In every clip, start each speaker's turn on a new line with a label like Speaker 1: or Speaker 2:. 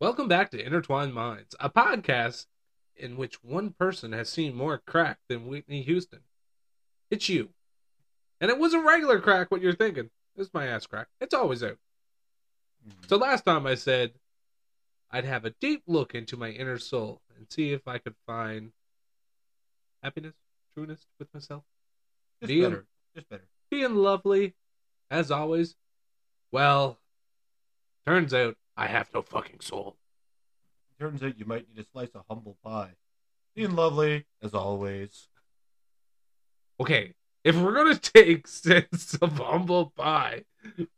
Speaker 1: Welcome back to Intertwined Minds, a podcast in which one person has seen more crack than Whitney Houston. It's you. And it was a regular crack, what you're thinking. It's my ass crack. It's always out.
Speaker 2: Mm-hmm.
Speaker 1: So last time I said I'd have a deep look into my inner soul and see if I could find happiness, trueness with myself.
Speaker 2: Just
Speaker 1: Deal.
Speaker 2: better. Just better.
Speaker 1: Being lovely, as always. Well, turns out I have no fucking soul.
Speaker 2: Turns out you might need a slice of humble pie.
Speaker 1: Mm.
Speaker 2: Being lovely, as always.
Speaker 1: Okay, if we're gonna take sense of humble pie,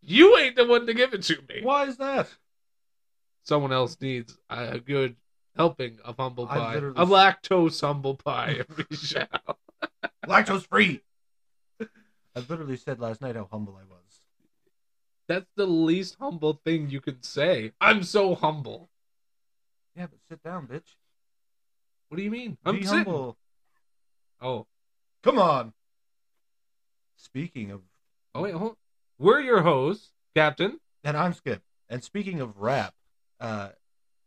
Speaker 1: you ain't the one to give it to me.
Speaker 2: Why is that?
Speaker 1: Someone else needs a good helping of humble
Speaker 2: I
Speaker 1: pie,
Speaker 2: literally-
Speaker 1: a lactose humble pie, if we shall.
Speaker 2: Lactose free! I literally said last night how humble I was.
Speaker 1: That's the least humble thing you can say. I'm so humble.
Speaker 2: Yeah, but sit down, bitch.
Speaker 1: What do you mean? I'm
Speaker 2: Be
Speaker 1: sitting.
Speaker 2: humble.
Speaker 1: Oh,
Speaker 2: Come on. Speaking of,
Speaker 1: oh wait, hold. We're your hosts, Captain.
Speaker 2: and I'm Skip. And speaking of rap, uh,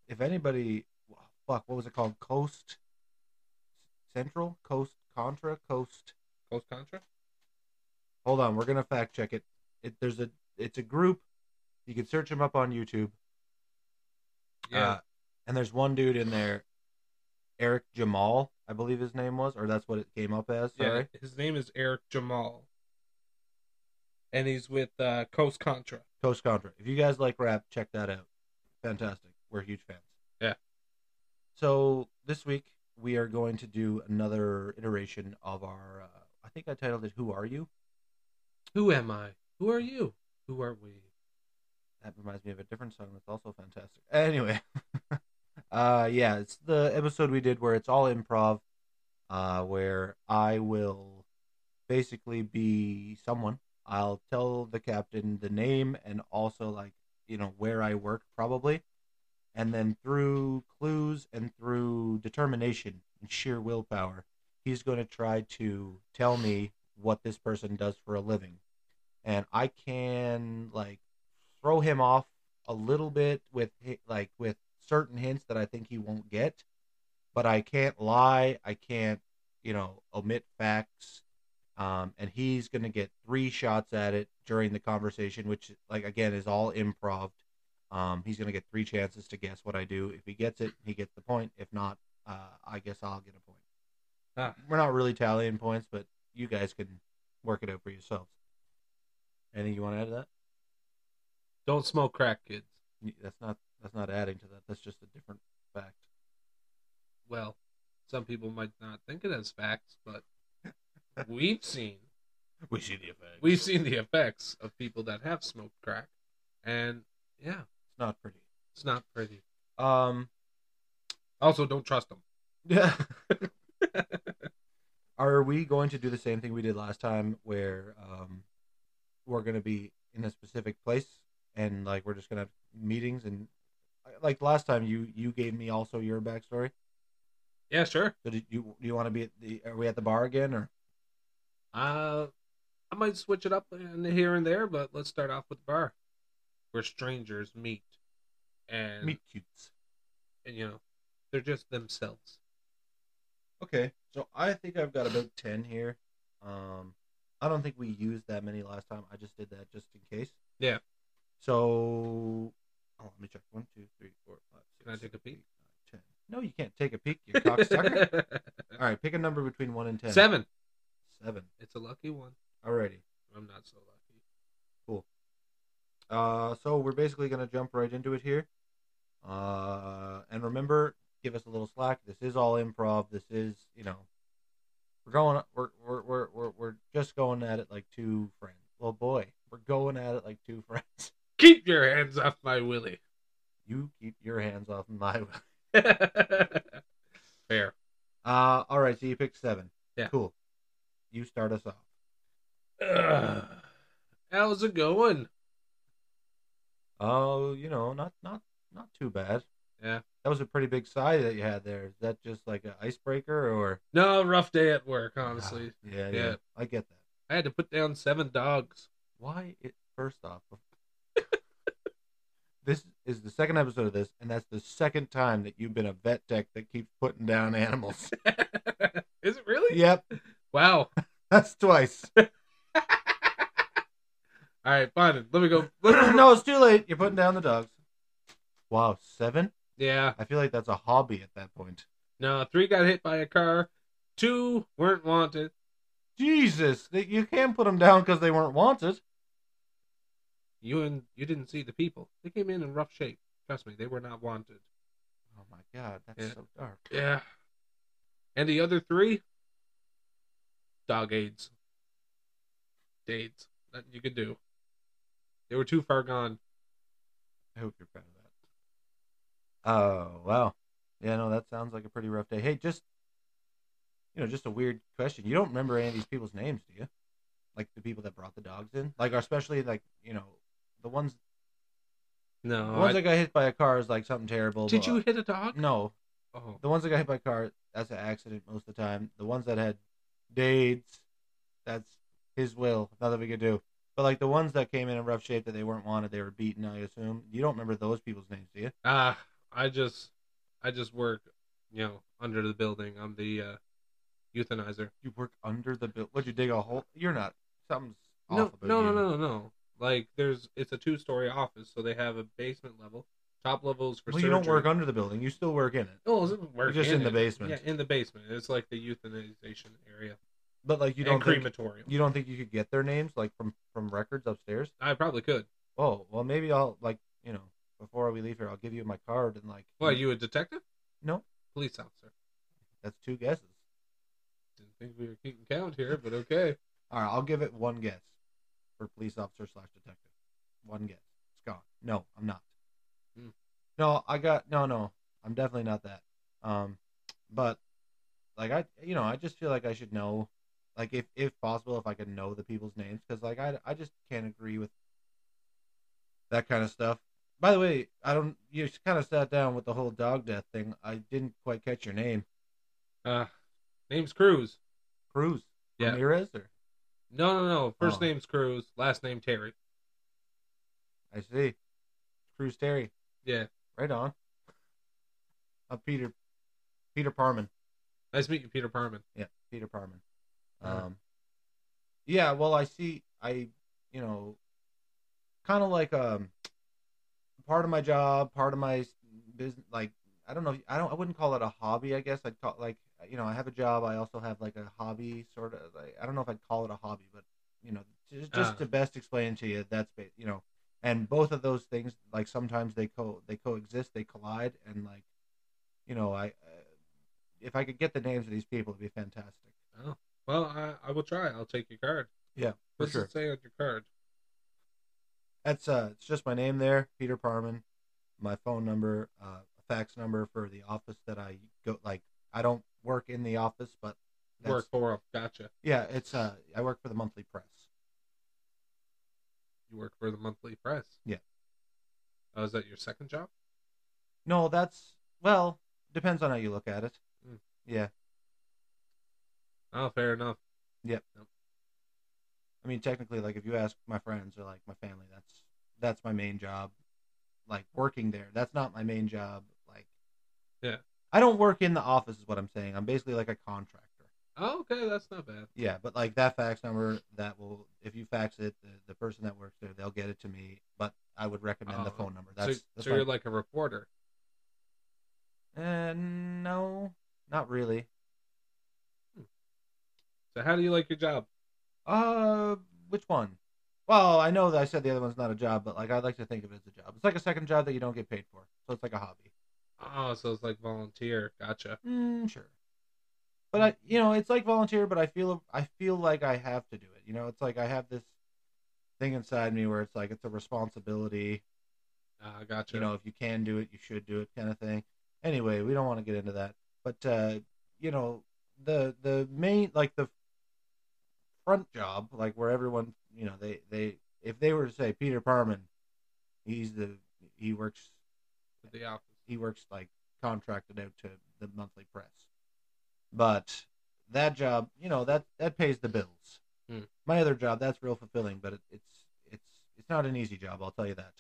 Speaker 2: if anybody, fuck, what was it called? Coast Central, Coast Contra, Coast
Speaker 1: Post Contra.
Speaker 2: Hold on, we're gonna fact check it. it there's a it's a group. You can search them up on YouTube.
Speaker 1: Yeah.
Speaker 2: Uh, and there's one dude in there, Eric Jamal, I believe his name was, or that's what it came up as.
Speaker 1: yeah.
Speaker 2: Sorry.
Speaker 1: His name is Eric Jamal, and he's with uh, Coast Contra.
Speaker 2: Coast Contra. If you guys like rap, check that out. Fantastic. We're huge fans.
Speaker 1: Yeah.
Speaker 2: So this week we are going to do another iteration of our. Uh, I think I titled it "Who Are You."
Speaker 1: Who am I? Who are you? Who are we?
Speaker 2: That reminds me of a different song that's also fantastic. Anyway, uh, yeah, it's the episode we did where it's all improv, uh, where I will basically be someone. I'll tell the captain the name and also like you know where I work probably, and then through clues and through determination and sheer willpower, he's going to try to tell me what this person does for a living, and I can like throw him off a little bit with hi- like with certain hints that I think he won't get, but I can't lie. I can't, you know, omit facts. Um, and he's gonna get three shots at it during the conversation, which like again is all improv. Um, he's gonna get three chances to guess what I do. If he gets it, he gets the point. If not, uh, I guess I'll get a point.
Speaker 1: Ah.
Speaker 2: We're not really tallying points, but you guys can work it out for yourselves. Anything you want to add to that?
Speaker 1: Don't smoke crack, kids.
Speaker 2: Y- That's not that's not adding to that. That's just a different fact.
Speaker 1: Well, some people might not think it as facts, but we've seen
Speaker 2: We see the effect.
Speaker 1: we've seen the effects of people that have smoked crack, and yeah,
Speaker 2: It's not pretty.
Speaker 1: it's not pretty.
Speaker 2: Um.
Speaker 1: Also, don't trust them.
Speaker 2: Yeah. Are we going to do the same thing we did last time, where um, we're going to be in a specific place and like we're just going to have meetings and uh, like last time you you gave me also your backstory.
Speaker 1: Yeah, sure.
Speaker 2: So did you do you want to be at the are we at the bar again or
Speaker 1: Uh, I might switch it up in here and there, but let's start off with the bar, where strangers meet, and,
Speaker 2: meet cutes?
Speaker 1: and you know, they're just themselves.
Speaker 2: Okay, so I think I've got about ten here. Um, I don't think we used that many last time. I just did that just in case.
Speaker 1: Yeah.
Speaker 2: So, oh, let me check. One, two, three, four, five. Six,
Speaker 1: Can I take a
Speaker 2: seven,
Speaker 1: peek?
Speaker 2: eight, nine, 10. No, you can't take a peek. You cocksucker. All right, pick a number between one and ten.
Speaker 1: Seven.
Speaker 2: Seven.
Speaker 1: It's a lucky one.
Speaker 2: Alrighty.
Speaker 1: I'm not so lucky.
Speaker 2: Uh, so we're basically gonna jump right into it here. Uh, and remember, give us a little slack. This is all improv. This is, you know, we're going, we're we're we're we're, we're just going at it like two friends. Well, boy, we're going at it like two friends.
Speaker 1: Keep your hands off my willy.
Speaker 2: You keep your hands off my. way.
Speaker 1: Fair.
Speaker 2: Uh, all right. So you picked seven.
Speaker 1: Yeah.
Speaker 2: Cool. You start us off.
Speaker 1: Ugh. How's it going?
Speaker 2: Oh, you know, not not not too bad.
Speaker 1: Yeah.
Speaker 2: That was a pretty big sigh that you had there. Is that just like an icebreaker or?
Speaker 1: No, rough day at work, honestly.
Speaker 2: Yeah, yeah,
Speaker 1: Yeah.
Speaker 2: I get that.
Speaker 1: I had to put down seven dogs.
Speaker 2: Why? It, first off, this is the second episode of this, and that's the second time that you've been a vet tech that keeps putting down animals.
Speaker 1: Is it really?
Speaker 2: yep,
Speaker 1: Wow.
Speaker 2: that's twice.
Speaker 1: All right, fine. Let me go. Let me go.
Speaker 2: no, it's too late. You're putting down the dogs. Wow, seven?
Speaker 1: Yeah.
Speaker 2: I feel like that's a hobby at that point.
Speaker 1: No, three got hit by a car. Two weren't wanted.
Speaker 2: Jesus, that you can't put them down because they weren't wanted.
Speaker 1: You and you didn't see the people. They came in in rough shape. Trust me, they were not wanted.
Speaker 2: Oh my god, that's
Speaker 1: Yeah.
Speaker 2: so dark.
Speaker 1: Yeah. And the other three? Dog aids. Dates. Nothing you could do. They were too far gone.
Speaker 2: I hope you're proud of that. Oh wow, yeah, no, that sounds like a pretty rough day. Hey, just you know, just a weird question. You don't remember any of these people's names, do you? Like the people that brought the dogs in, like especially like you know the ones
Speaker 1: No.
Speaker 2: the ones
Speaker 1: Oh, I-
Speaker 2: that got hit by a car is like something terrible.
Speaker 1: did
Speaker 2: but-
Speaker 1: you hit a dog?
Speaker 2: No,
Speaker 1: Oh.
Speaker 2: the ones that got hit by a car that's an accident most of the time. The ones that had dates, that's his will. Nothing we could do. But like the ones that came in in rough shape that they weren't wanted, they were beaten. I assume you don't remember those people's names, do you?
Speaker 1: Ah, I just I just work, you know, under the building. I'm the uh euthanizer.
Speaker 2: You work under the bill. What'd you dig a hole? You're not. Something's
Speaker 1: No,
Speaker 2: off about
Speaker 1: no,
Speaker 2: you.
Speaker 1: no, no, no. Like there's it's a two story office, so they have a basement level. Top levels for
Speaker 2: Well, you
Speaker 1: surgery.
Speaker 2: don't work under the building. You still work in it.
Speaker 1: Oh, we're
Speaker 2: You're just in the basement.
Speaker 1: Yeah, in the basement. It's like the euthanization area.
Speaker 2: But like you
Speaker 1: and
Speaker 2: don't think,
Speaker 1: crematorium.
Speaker 2: you don't think you could get their names like from from records upstairs.
Speaker 1: I probably could.
Speaker 2: Oh well, maybe I'll like you know before we leave here, I'll give you my card and like.
Speaker 1: What, are you a detective?
Speaker 2: No.
Speaker 1: Police officer.
Speaker 2: That's two guesses.
Speaker 1: Didn't think we were keeping count here, but okay.
Speaker 2: All right, I'll give it one guess for police officer slash detective. One guess. It's gone. No, I'm not.
Speaker 1: Hmm.
Speaker 2: No, I got no, no. I'm definitely not that. Um, but like I, you know, I just feel like I should know, like if if possible, if I could know the people's names, because like I I just can't agree with that kind of stuff. By the way, I don't. You kind of sat down with the whole dog death thing. I didn't quite catch your name,
Speaker 1: Uh name's Cruz.
Speaker 2: Cruz
Speaker 1: Yeah.
Speaker 2: Ramirez, or
Speaker 1: No no no. First
Speaker 2: Oh.
Speaker 1: name's Cruz, last name Terry.
Speaker 2: I see, Cruz Terry.
Speaker 1: Yeah.
Speaker 2: Right on. Uh, Peter, Peter Parman.
Speaker 1: Nice to meet you, Peter Parman.
Speaker 2: Yeah, Peter Parman.
Speaker 1: Uh-huh.
Speaker 2: Um, yeah. Well, I see. I, you know, kind of like um, part of my job, part of my s- business. Like, I don't know. I don't. I wouldn't call it a hobby. I guess I'd call like, you know, I have a job. I also have like a hobby, sort of. Like, I don't know if I'd call it a hobby, but you know, just, just
Speaker 1: Uh.
Speaker 2: to best explain to you, that's ba- you know, and both of those things, like sometimes they co they coexist, they collide, and like, you know, I. Uh, if I could get the names of these people, it'd be fantastic.
Speaker 1: Well, I, I will try. I'll take your card.
Speaker 2: Yeah, for
Speaker 1: What does
Speaker 2: sure.
Speaker 1: it say on your card?
Speaker 2: That's uh, it's just my name there, Peter Parman, my phone number, uh, fax number for the office that I go. Like, I don't work in the office, but that's-
Speaker 1: Work for Gotcha.
Speaker 2: Yeah, it's uh, I work for the monthly press.
Speaker 1: You work for the monthly press.
Speaker 2: Yeah.
Speaker 1: Oh, is that your second job?
Speaker 2: No, that's well, depends on how you look at it.
Speaker 1: Mm.
Speaker 2: Yeah,
Speaker 1: Oh, fair enough.
Speaker 2: I mean, technically, like if you ask my friends or like my family, that's that's my main job. Like working there, that's not my main job. Like,
Speaker 1: Yeah.
Speaker 2: I don't work in the office, is what I'm saying. I'm basically like a contractor.
Speaker 1: Oh, okay, that's not bad.
Speaker 2: Yeah, but like that fax number, that will if you fax it, the, the person that works there, they'll get it to me. But I would recommend the
Speaker 1: Oh,
Speaker 2: phone number. That's,
Speaker 1: so
Speaker 2: that's
Speaker 1: so you're like a reporter.
Speaker 2: like, uh, no, not really.
Speaker 1: So how do you like your job?
Speaker 2: Uh, which one? Well, I know that I said the other one's not a job, but like I like to think of it as a job. It's like a second job that you don't get paid for, so it's like a hobby.
Speaker 1: Oh, so it's like volunteer. Gotcha.
Speaker 2: Mm, sure. But I, you know, it's like volunteer, but I feel I feel like I have to do it. You know, it's like I have this thing inside me where it's like it's a responsibility.
Speaker 1: Uh, gotcha.
Speaker 2: you know if you can do it you should do it kind of thing anyway we don't want to get into that but uh you know the the main like the front job like where everyone you know they they if they were to say peter parman he's the he works
Speaker 1: at the office.
Speaker 2: he works like contracted out to the monthly press but that job you know that that pays the bills
Speaker 1: Hmm.
Speaker 2: my other job that's real fulfilling but it, it's it's it's not an easy job i'll tell you that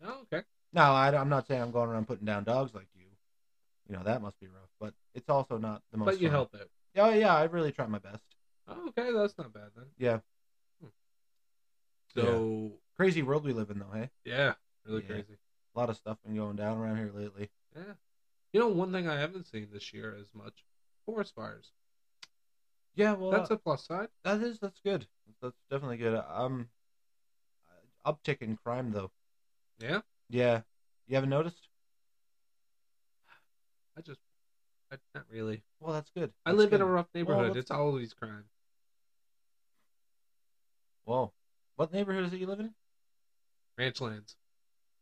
Speaker 1: Oh, okay.
Speaker 2: Now, I, am not saying I'm going around putting down dogs like you. You know, that must be rough, but it's also not the most.
Speaker 1: But you
Speaker 2: fun.
Speaker 1: help it.
Speaker 2: Oh, yeah, I really try my best.
Speaker 1: Oh, okay, that's not bad then.
Speaker 2: Yeah.
Speaker 1: Hmm. So
Speaker 2: Crazy world we live in, though, hey?
Speaker 1: yeah, really
Speaker 2: Yeah.
Speaker 1: crazy.
Speaker 2: A lot of stuff been going down around here lately.
Speaker 1: Yeah. You know, one thing I haven't seen this year as much forest fires.
Speaker 2: Yeah, well, uh
Speaker 1: That's a plus side.
Speaker 2: that is, that's good. That's definitely good. Um, uptick in crime, though.
Speaker 1: Yeah.
Speaker 2: Yeah. You haven't noticed?
Speaker 1: I just, I, not really.
Speaker 2: Well, that's good.
Speaker 1: I
Speaker 2: That's
Speaker 1: live in
Speaker 2: good.
Speaker 1: a rough neighborhood.
Speaker 2: that's
Speaker 1: it's always crime.
Speaker 2: Whoa. What neighborhood is it you live in?
Speaker 1: Ranch lands.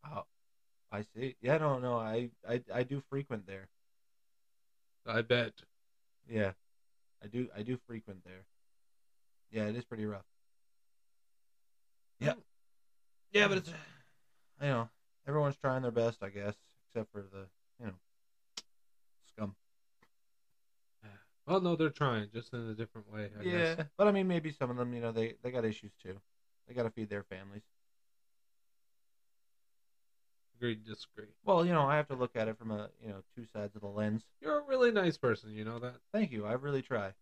Speaker 2: Oh, I see. Yeah, no, no, I, I, I do frequent there.
Speaker 1: I bet.
Speaker 2: Yeah, I do, I do frequent there. Yeah, it is pretty rough. Yeah, yeah, but it's, you know, everyone's trying their best, I guess, except for the, you know, scum.
Speaker 1: Well, no, they're trying, just in a different way. I
Speaker 2: yeah,
Speaker 1: guess.
Speaker 2: but I mean, maybe some of them, you know, they they got issues too. They got to feed their families.
Speaker 1: Agree, disagree.
Speaker 2: Well, you know, I have to look at it from a, you know, two sides of the lens.
Speaker 1: You're a really nice person. You know that.
Speaker 2: Thank you. I really try.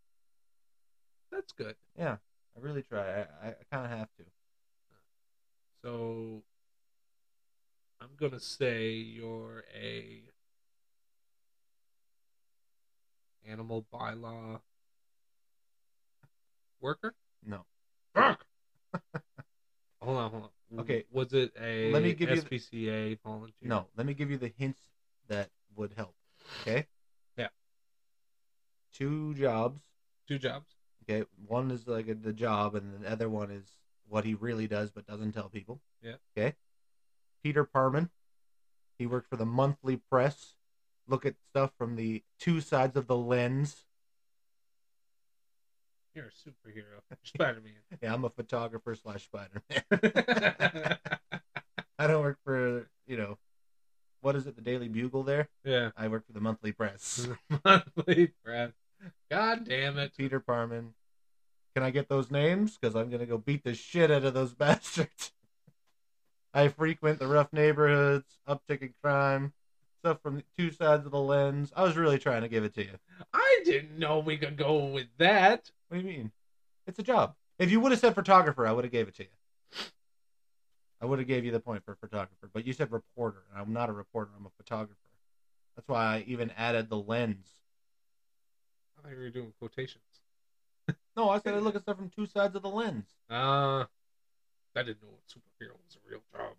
Speaker 1: That's good.
Speaker 2: Yeah, I really try. I, I, I kind of have to.
Speaker 1: So, I'm gonna say you're a animal bylaw worker.
Speaker 2: No.
Speaker 1: Fuck. hold on, hold on.
Speaker 2: Okay.
Speaker 1: Was it a
Speaker 2: Mm. Let me give you the-
Speaker 1: SPCA volunteer?
Speaker 2: No, let me give you the hints that would help. Okay?
Speaker 1: Yeah.
Speaker 2: Two jobs.
Speaker 1: Two jobs.
Speaker 2: Okay. One is like the job, and the other one is what he really does but doesn't tell people.
Speaker 1: Yeah.
Speaker 2: Okay. Peter Parman. He worked for the monthly press. Look at stuff from the two sides of the lens.
Speaker 1: You're a superhero. Spider Man.
Speaker 2: Yeah, I'm a photographer slash Spider Man. I don't work for, you know, what is it, the Daily Bugle there?
Speaker 1: yeah.
Speaker 2: I work for the monthly press.
Speaker 1: Monthly press. God damn it.
Speaker 2: Peter Parman. Can I get those names? Because I'm gonna go beat the shit out of those bastards. I frequent the rough neighborhoods, uptick in crime, stuff from two sides of the lens. I was really trying to give it to you.
Speaker 1: I didn't know we could go with that.
Speaker 2: What do you mean? It's a job. If you would have said photographer, I would have gave it to you. I would have gave you the point for photographer, but you said reporter, and I'm not a reporter. I'm a photographer. That's why I even added the lens.
Speaker 1: I thought you were doing quotations.
Speaker 2: No, I said I look at stuff from two sides of the lens.
Speaker 1: Uh, I didn't know what superhero was a real job.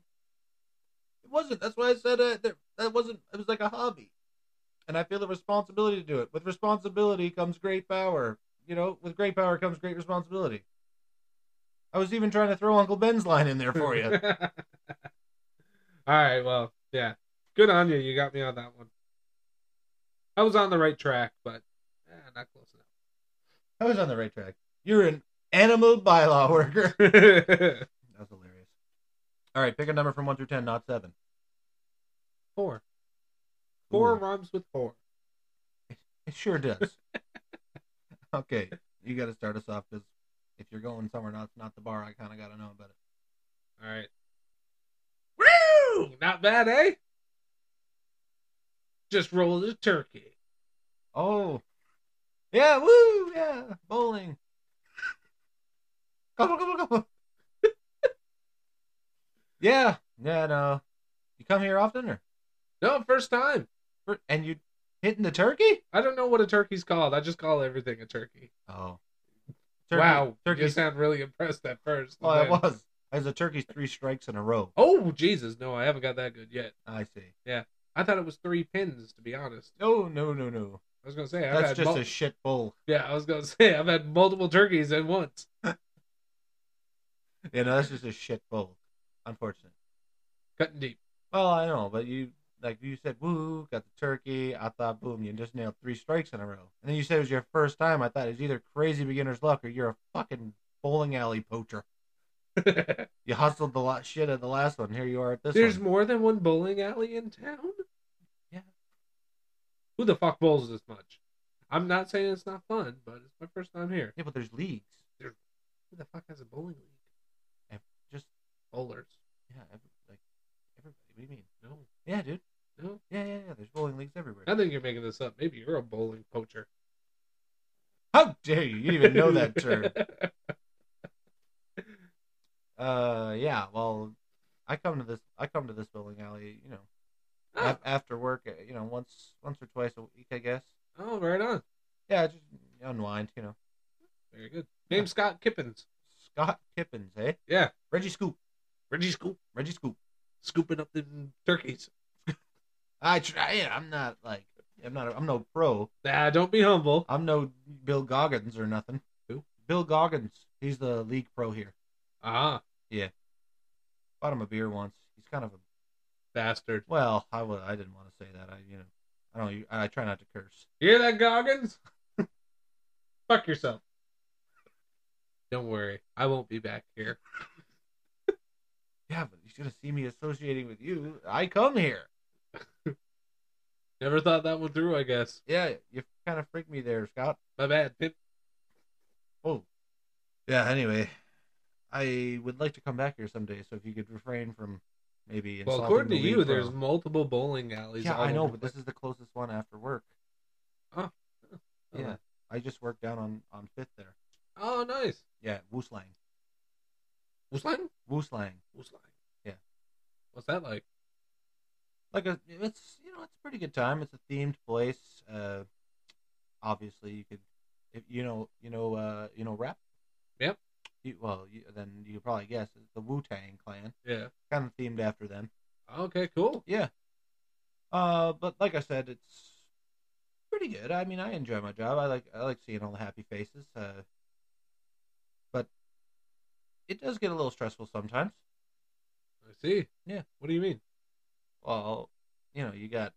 Speaker 2: It wasn't. That's why I said uh, that, that wasn't. It was like a hobby, and I feel the responsibility to do it. With responsibility comes great power. You know, with great power comes great responsibility. I was even trying to throw Uncle Ben's line in there for you.
Speaker 1: All right, well, yeah. Good on you. You got me on that one. I was on the right track, but eh, not close
Speaker 2: I was on the right track. You're an animal bylaw worker.
Speaker 1: enough.
Speaker 2: That's hilarious. All right, pick a number from one through ten, not seven.
Speaker 1: four. Four
Speaker 2: Ooh.
Speaker 1: rhymes with four.
Speaker 2: It sure does. okay, you got to start us off because if you're going somewhere not not the bar, I kind of got to know about it.
Speaker 1: All right. Woo! Not bad, eh? Just roll the turkey.
Speaker 2: Oh, yeah, woo, yeah, bowling. Gobble, gobble, gobble. yeah, yeah, no. You come here often, or
Speaker 1: No, first time.
Speaker 2: for- and you hitting the turkey?
Speaker 1: I don't know what a turkey's called. I just call everything a turkey.
Speaker 2: Oh,
Speaker 1: wow, you
Speaker 2: turkey's.
Speaker 1: sound really impressed at first.
Speaker 2: Oh, I
Speaker 1: Man.
Speaker 2: was. I was a turkey's three strikes in a row.
Speaker 1: Oh, Jesus, no, I haven't got that good yet.
Speaker 2: I see.
Speaker 1: I thought it was three pins, to be honest.
Speaker 2: No, no, no, no.
Speaker 1: I was gonna say I've
Speaker 2: That's
Speaker 1: had
Speaker 2: just
Speaker 1: mul-
Speaker 2: a shit bowl.
Speaker 1: yeah. I was gonna say I've had multiple turkeys at once.
Speaker 2: Yeah, no, that's just a shit bowl. Unfortunate.
Speaker 1: Cutting deep.
Speaker 2: Well, Oh, I know, but you like you said, woo, got the turkey. I thought, boom, you just nailed three strikes in a row. And then you said it was your first time. I thought it was either crazy beginner's luck or you're a fucking bowling alley poacher. You hustled the lot shit at the last one. Here you are at this
Speaker 1: There's
Speaker 2: one.
Speaker 1: more than one bowling alley in town.
Speaker 2: Yeah.
Speaker 1: Who the fuck bowls this much? I'm not saying it's not fun, but it's my first time here.
Speaker 2: yeah, but there's leagues.
Speaker 1: Who the fuck has a bowling league?
Speaker 2: Ev- Just
Speaker 1: Bowlers.
Speaker 2: yeah, every, like everybody Yeah, dude.
Speaker 1: No?
Speaker 2: Yeah, yeah, yeah. There's bowling leagues everywhere.
Speaker 1: I think you're making this up. Maybe you're a bowling poacher.
Speaker 2: How dare you? You didn't even know that term. Uh, yeah. Well, I come to this. I come to this bowling alley. You know,
Speaker 1: oh,
Speaker 2: af- after work. uh, You know, once, once or twice a week, I guess.
Speaker 1: oh, right on.
Speaker 2: Yeah, just unwind. You know,
Speaker 1: Very good.
Speaker 2: Uh,
Speaker 1: Name Scott Kippins.
Speaker 2: Scott Kippins, eh?
Speaker 1: Yeah.
Speaker 2: Reggie Scoop.
Speaker 1: Reggie Scoop
Speaker 2: Reggie Scoop.
Speaker 1: scooping up them turkeys.
Speaker 2: I try. Yeah, I'm not like. I'm not. I'm no pro.
Speaker 1: Nah, don't be humble.
Speaker 2: I'm no Bill Goggins or nothing.
Speaker 1: Who?
Speaker 2: Bill Goggins. He's the league pro here.
Speaker 1: Ah,
Speaker 2: Bought him a beer once. He's kind of a
Speaker 1: bastard.
Speaker 2: well. I would. I didn't want to say that. I you know. I don't. I I try not to curse.
Speaker 1: You hear that, Goggins? Fuck yourself. Don't worry, I won't be back here.
Speaker 2: Yeah, but you should have seen me associating with you. I come here.
Speaker 1: Never thought that one through. I guess
Speaker 2: Yeah, you kind of freaked me there, Scott.
Speaker 1: my bad. Pip.
Speaker 2: Oh. Yeah. Anyway, I would like to come back here someday. So if you could refrain from maybe.
Speaker 1: Well,
Speaker 2: insulting
Speaker 1: according
Speaker 2: the
Speaker 1: to you,
Speaker 2: league
Speaker 1: there's
Speaker 2: pro.
Speaker 1: multiple bowling alleys.
Speaker 2: Yeah,
Speaker 1: all
Speaker 2: I know,
Speaker 1: over
Speaker 2: but
Speaker 1: the
Speaker 2: this is the closest one after work.
Speaker 1: place.
Speaker 2: yeah. I just worked down on on Fifth there.
Speaker 1: Oh, nice.
Speaker 2: Yeah, Wooslang.
Speaker 1: Wooslang?
Speaker 2: Wooslang.
Speaker 1: Wooslang.
Speaker 2: Yeah.
Speaker 1: What's that like?
Speaker 2: Like a, it's you know it's a pretty good time. It's a themed place. Uh, obviously you could, if you know you know uh you know rap.
Speaker 1: Yep.
Speaker 2: You, well, you, then you could probably guess it's the Wu Tang Clan,
Speaker 1: Yeah.
Speaker 2: kind of themed after them.
Speaker 1: Okay. Cool.
Speaker 2: Yeah. Uh, but like I said, it's pretty good. I mean, I enjoy my job. I like I like seeing all the happy faces. Uh, but it does get a little stressful sometimes.
Speaker 1: I see.
Speaker 2: Yeah.
Speaker 1: What do you mean?
Speaker 2: Well, you know, you got,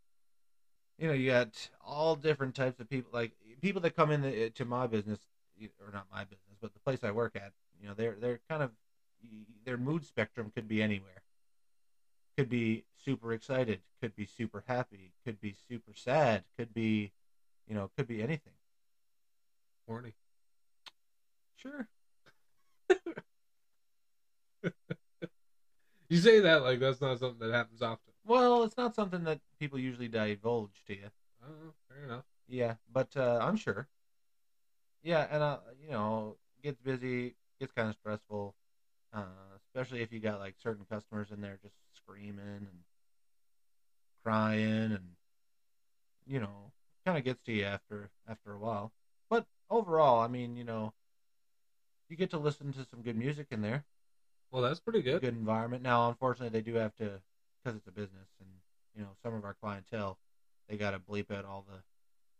Speaker 2: you know, you got all different types of people. Like people that come in the, to my business, or not my business, but the place I work at. You know, they're they're kind of their mood spectrum could be anywhere. Could be super excited. Could be super happy. Could be super sad. Could be, you know, could be anything.
Speaker 1: Horny.
Speaker 2: Sure.
Speaker 1: You say that like that's not something that happens often.
Speaker 2: Well, it's not something that people usually divulge to you.
Speaker 1: Oh, fair enough.
Speaker 2: Yeah, but uh, I'm sure. Yeah, and uh, you know, gets busy, gets kind of stressful, uh, especially if you got like certain customers in there just screaming and crying, and you know, kind of gets to you after after a while. But overall, I mean, you know, you get to listen to some good music in there,
Speaker 1: Well, that's pretty good.
Speaker 2: good environment. Now, unfortunately, they do have to because it's a business, and you know, some of our clientele, they got to bleep out all the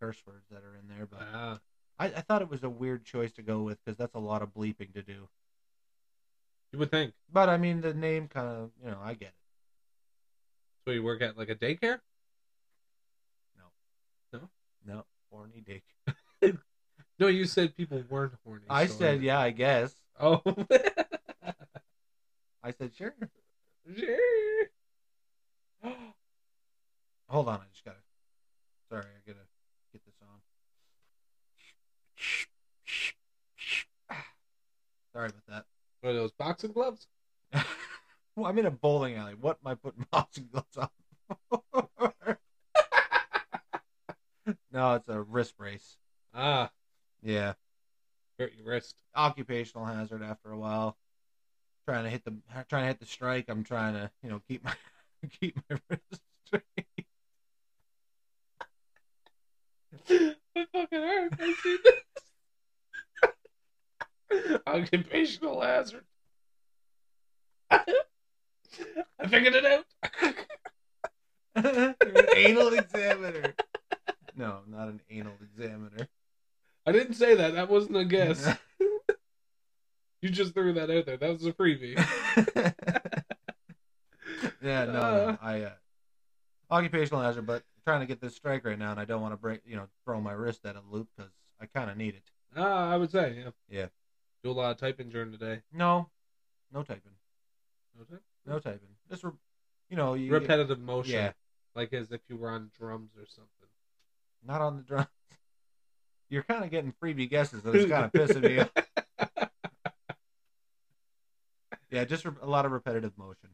Speaker 2: curse words that are in there, but.
Speaker 1: Ah,
Speaker 2: I, I thought it was a weird choice to go with because that's a lot of bleeping to do.
Speaker 1: you would think.
Speaker 2: But I mean, the name kind of, you know, I get it.
Speaker 1: So you work at like a daycare?
Speaker 2: No, horny dick.
Speaker 1: No, you said people weren't horny.
Speaker 2: I
Speaker 1: so
Speaker 2: said, yeah, I guess.
Speaker 1: Oh.
Speaker 2: I said, sure.
Speaker 1: Sure.
Speaker 2: Hold on, I just gotta. Sorry, I gotta get this on. Sorry about
Speaker 1: What are those boxing gloves?
Speaker 2: that. well, I'm in a bowling alley. What am I putting boxing gloves on? for? no, it's a wrist brace.
Speaker 1: Ah,
Speaker 2: Yeah.
Speaker 1: hurt your wrist.
Speaker 2: occupational hazard after a while. Trying to hit the trying to hit the strike. I'm trying to you know keep my keep my wrist straight.
Speaker 1: it fucking hurt. I see this. Occupational hazard. I figured it out.
Speaker 2: You're an anal examiner. No, I'm not an anal examiner.
Speaker 1: I didn't say that. That wasn't a guess. You just threw that out there. That was a freebie.
Speaker 2: yeah, no, no I uh, occupational hazard, but trying to get this strike right now, and I don't want to break you know throw my wrist at a loop because I kind of need it.
Speaker 1: Ah, I would say, yeah.
Speaker 2: Yeah.
Speaker 1: Do a lot of typing during the day.
Speaker 2: No, no typing,
Speaker 1: Okay.
Speaker 2: no typing. Just re- you know you
Speaker 1: Repetitive motion.
Speaker 2: Yeah.
Speaker 1: Like as if you were on drums or something.
Speaker 2: not on the drums. You're kind of getting freebie guesses, and it's kind of pissing me off. Yeah, just re- a lot of repetitive motion.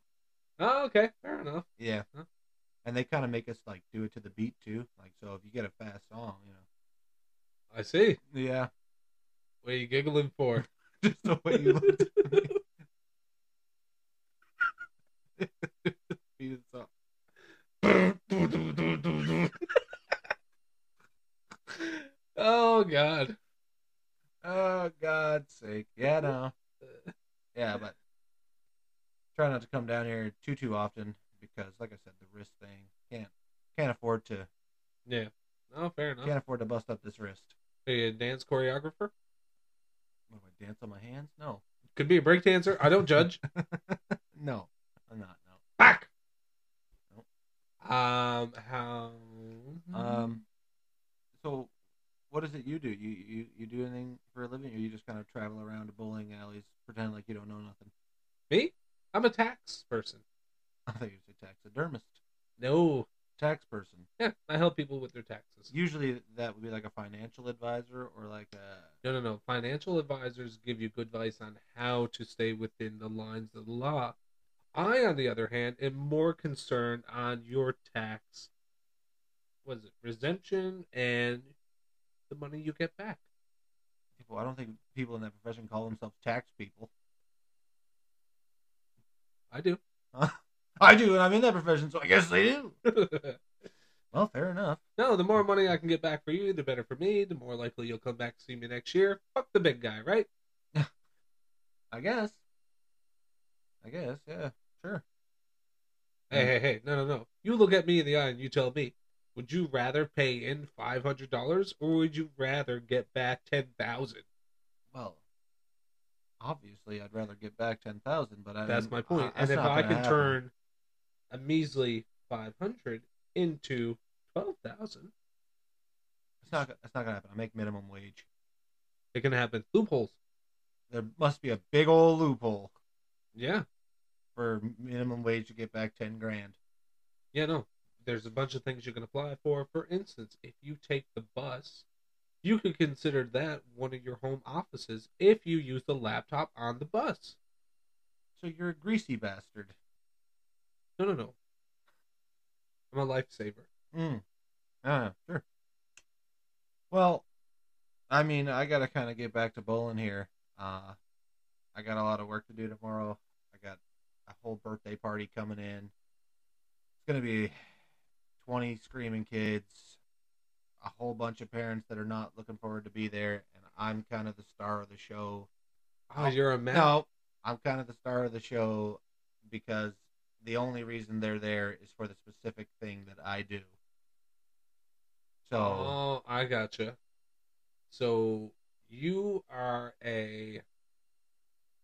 Speaker 1: Oh, okay. Fair enough.
Speaker 2: Yeah, and they kind of make us like do it to the beat too. Like so, if you get a fast song, you
Speaker 1: I see.
Speaker 2: know. Yeah,
Speaker 1: What are you giggling for?
Speaker 2: just the way you looked at me. Beat it up.
Speaker 1: oh God.
Speaker 2: Oh God's sake! Yeah, no. Yeah, but try not to come down here too too often because, like I said, the wrist thing can't can't afford to
Speaker 1: Yeah. Oh, fair enough.
Speaker 2: can't afford to bust up this wrist.
Speaker 1: Are you a dance choreographer?
Speaker 2: What do I dance on my hands? No,
Speaker 1: Could be a break dancer. I don't judge.
Speaker 2: no, I'm not. No.
Speaker 1: Back.
Speaker 2: Nope.
Speaker 1: Um. How? Mm-hmm.
Speaker 2: Um, so what is it you do? You you you do anything for a living, or you just kind of travel around to bowling alleys, pretend like you don't know nothing?
Speaker 1: Me? I'm a tax person.
Speaker 2: I thought you said taxidermist,
Speaker 1: No.
Speaker 2: tax person.
Speaker 1: Yeah, I help people with their taxes.
Speaker 2: Usually that would be like a financial advisor or like uh,
Speaker 1: No,
Speaker 2: a
Speaker 1: no, no. Financial advisors give you good advice on how to stay within the lines of the law. I, on the other hand, am more concerned on your tax, was it redemption and the money you get back.
Speaker 2: people. I don't think people in that profession call themselves tax people.
Speaker 1: I do.
Speaker 2: I do, and I'm in that profession, so I guess they do. Well, fair enough.
Speaker 1: no, the more money I can get back for you, the better for me. The more likely you'll come back to see me next year. Fuck the big guy, right?
Speaker 2: I guess. I guess, yeah, sure.
Speaker 1: Hey, hey, hey! No, no, no! You look at me in the eye and you tell me: Would you rather pay in five hundred dollars, or would you rather get back ten thousand?
Speaker 2: Well, obviously, I'd rather get back ten thousand, but I
Speaker 1: That's
Speaker 2: mean,
Speaker 1: my point.
Speaker 2: I-
Speaker 1: and
Speaker 2: that's
Speaker 1: if
Speaker 2: not
Speaker 1: I
Speaker 2: gonna
Speaker 1: can
Speaker 2: happen.
Speaker 1: turn a measly five hundred into twelve thousand,
Speaker 2: it's not it's not gonna happen. I make minimum wage.
Speaker 1: it can happen. Loopholes.
Speaker 2: There must be a big old loophole
Speaker 1: Yeah,
Speaker 2: for minimum wage to get back ten grand.
Speaker 1: yeah, no. There's a bunch of things you can apply for. For instance, if you take the bus, you could consider that one of your home offices if you use the laptop on the bus.
Speaker 2: So you're a greasy bastard.
Speaker 1: No, no, no. I'm a lifesaver.
Speaker 2: Mm. Ah, sure. Well, I mean, I gotta kind of get back to bowling here. Uh, I got a lot of work to do tomorrow. I got a whole birthday party coming in. It's gonna be twenty screaming kids, a whole bunch of parents that are not looking forward to be there, and I'm kind of the star of the show.
Speaker 1: Oh, you're a man.
Speaker 2: No, I'm kind of the star of the show because the only reason they're there is for the specific thing that I do. So
Speaker 1: Oh, I gotcha. So you are a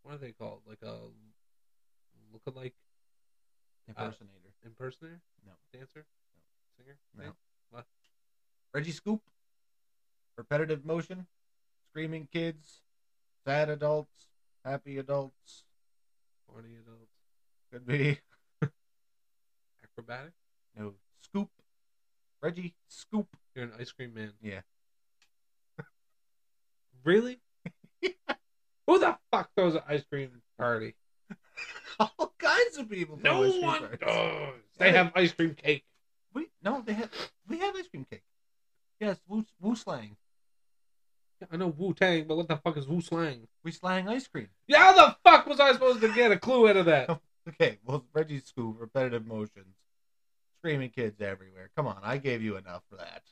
Speaker 1: what are they called? Like a lookalike
Speaker 2: impersonator.
Speaker 1: impersonator?
Speaker 2: No.
Speaker 1: Dancer? Singer?
Speaker 2: No.
Speaker 1: Thing? What?
Speaker 2: Reggie Scoop, repetitive motion, screaming kids, sad adults, happy adults.
Speaker 1: Horny adults?
Speaker 2: Could be
Speaker 1: Acrobatic?
Speaker 2: no scoop. Reggie Scoop.
Speaker 1: You're an ice cream man.
Speaker 2: Yeah.
Speaker 1: Really? Who the fuck throws an ice cream party?
Speaker 2: All kinds of people.
Speaker 1: No
Speaker 2: throw ice cream
Speaker 1: one
Speaker 2: parties.
Speaker 1: does. They have ice cream cake.
Speaker 2: We no, they have we have ice cream cake. Yes, woo, woo slang.
Speaker 1: Yeah, I know Wu Tang, but what the fuck is Wu slang?
Speaker 2: We slang ice cream.
Speaker 1: Yeah, how the fuck was I supposed to get a clue out of that?
Speaker 2: Okay, well, Reggie Scoop, repetitive motions, screaming kids everywhere. Come on, I gave you enough for that.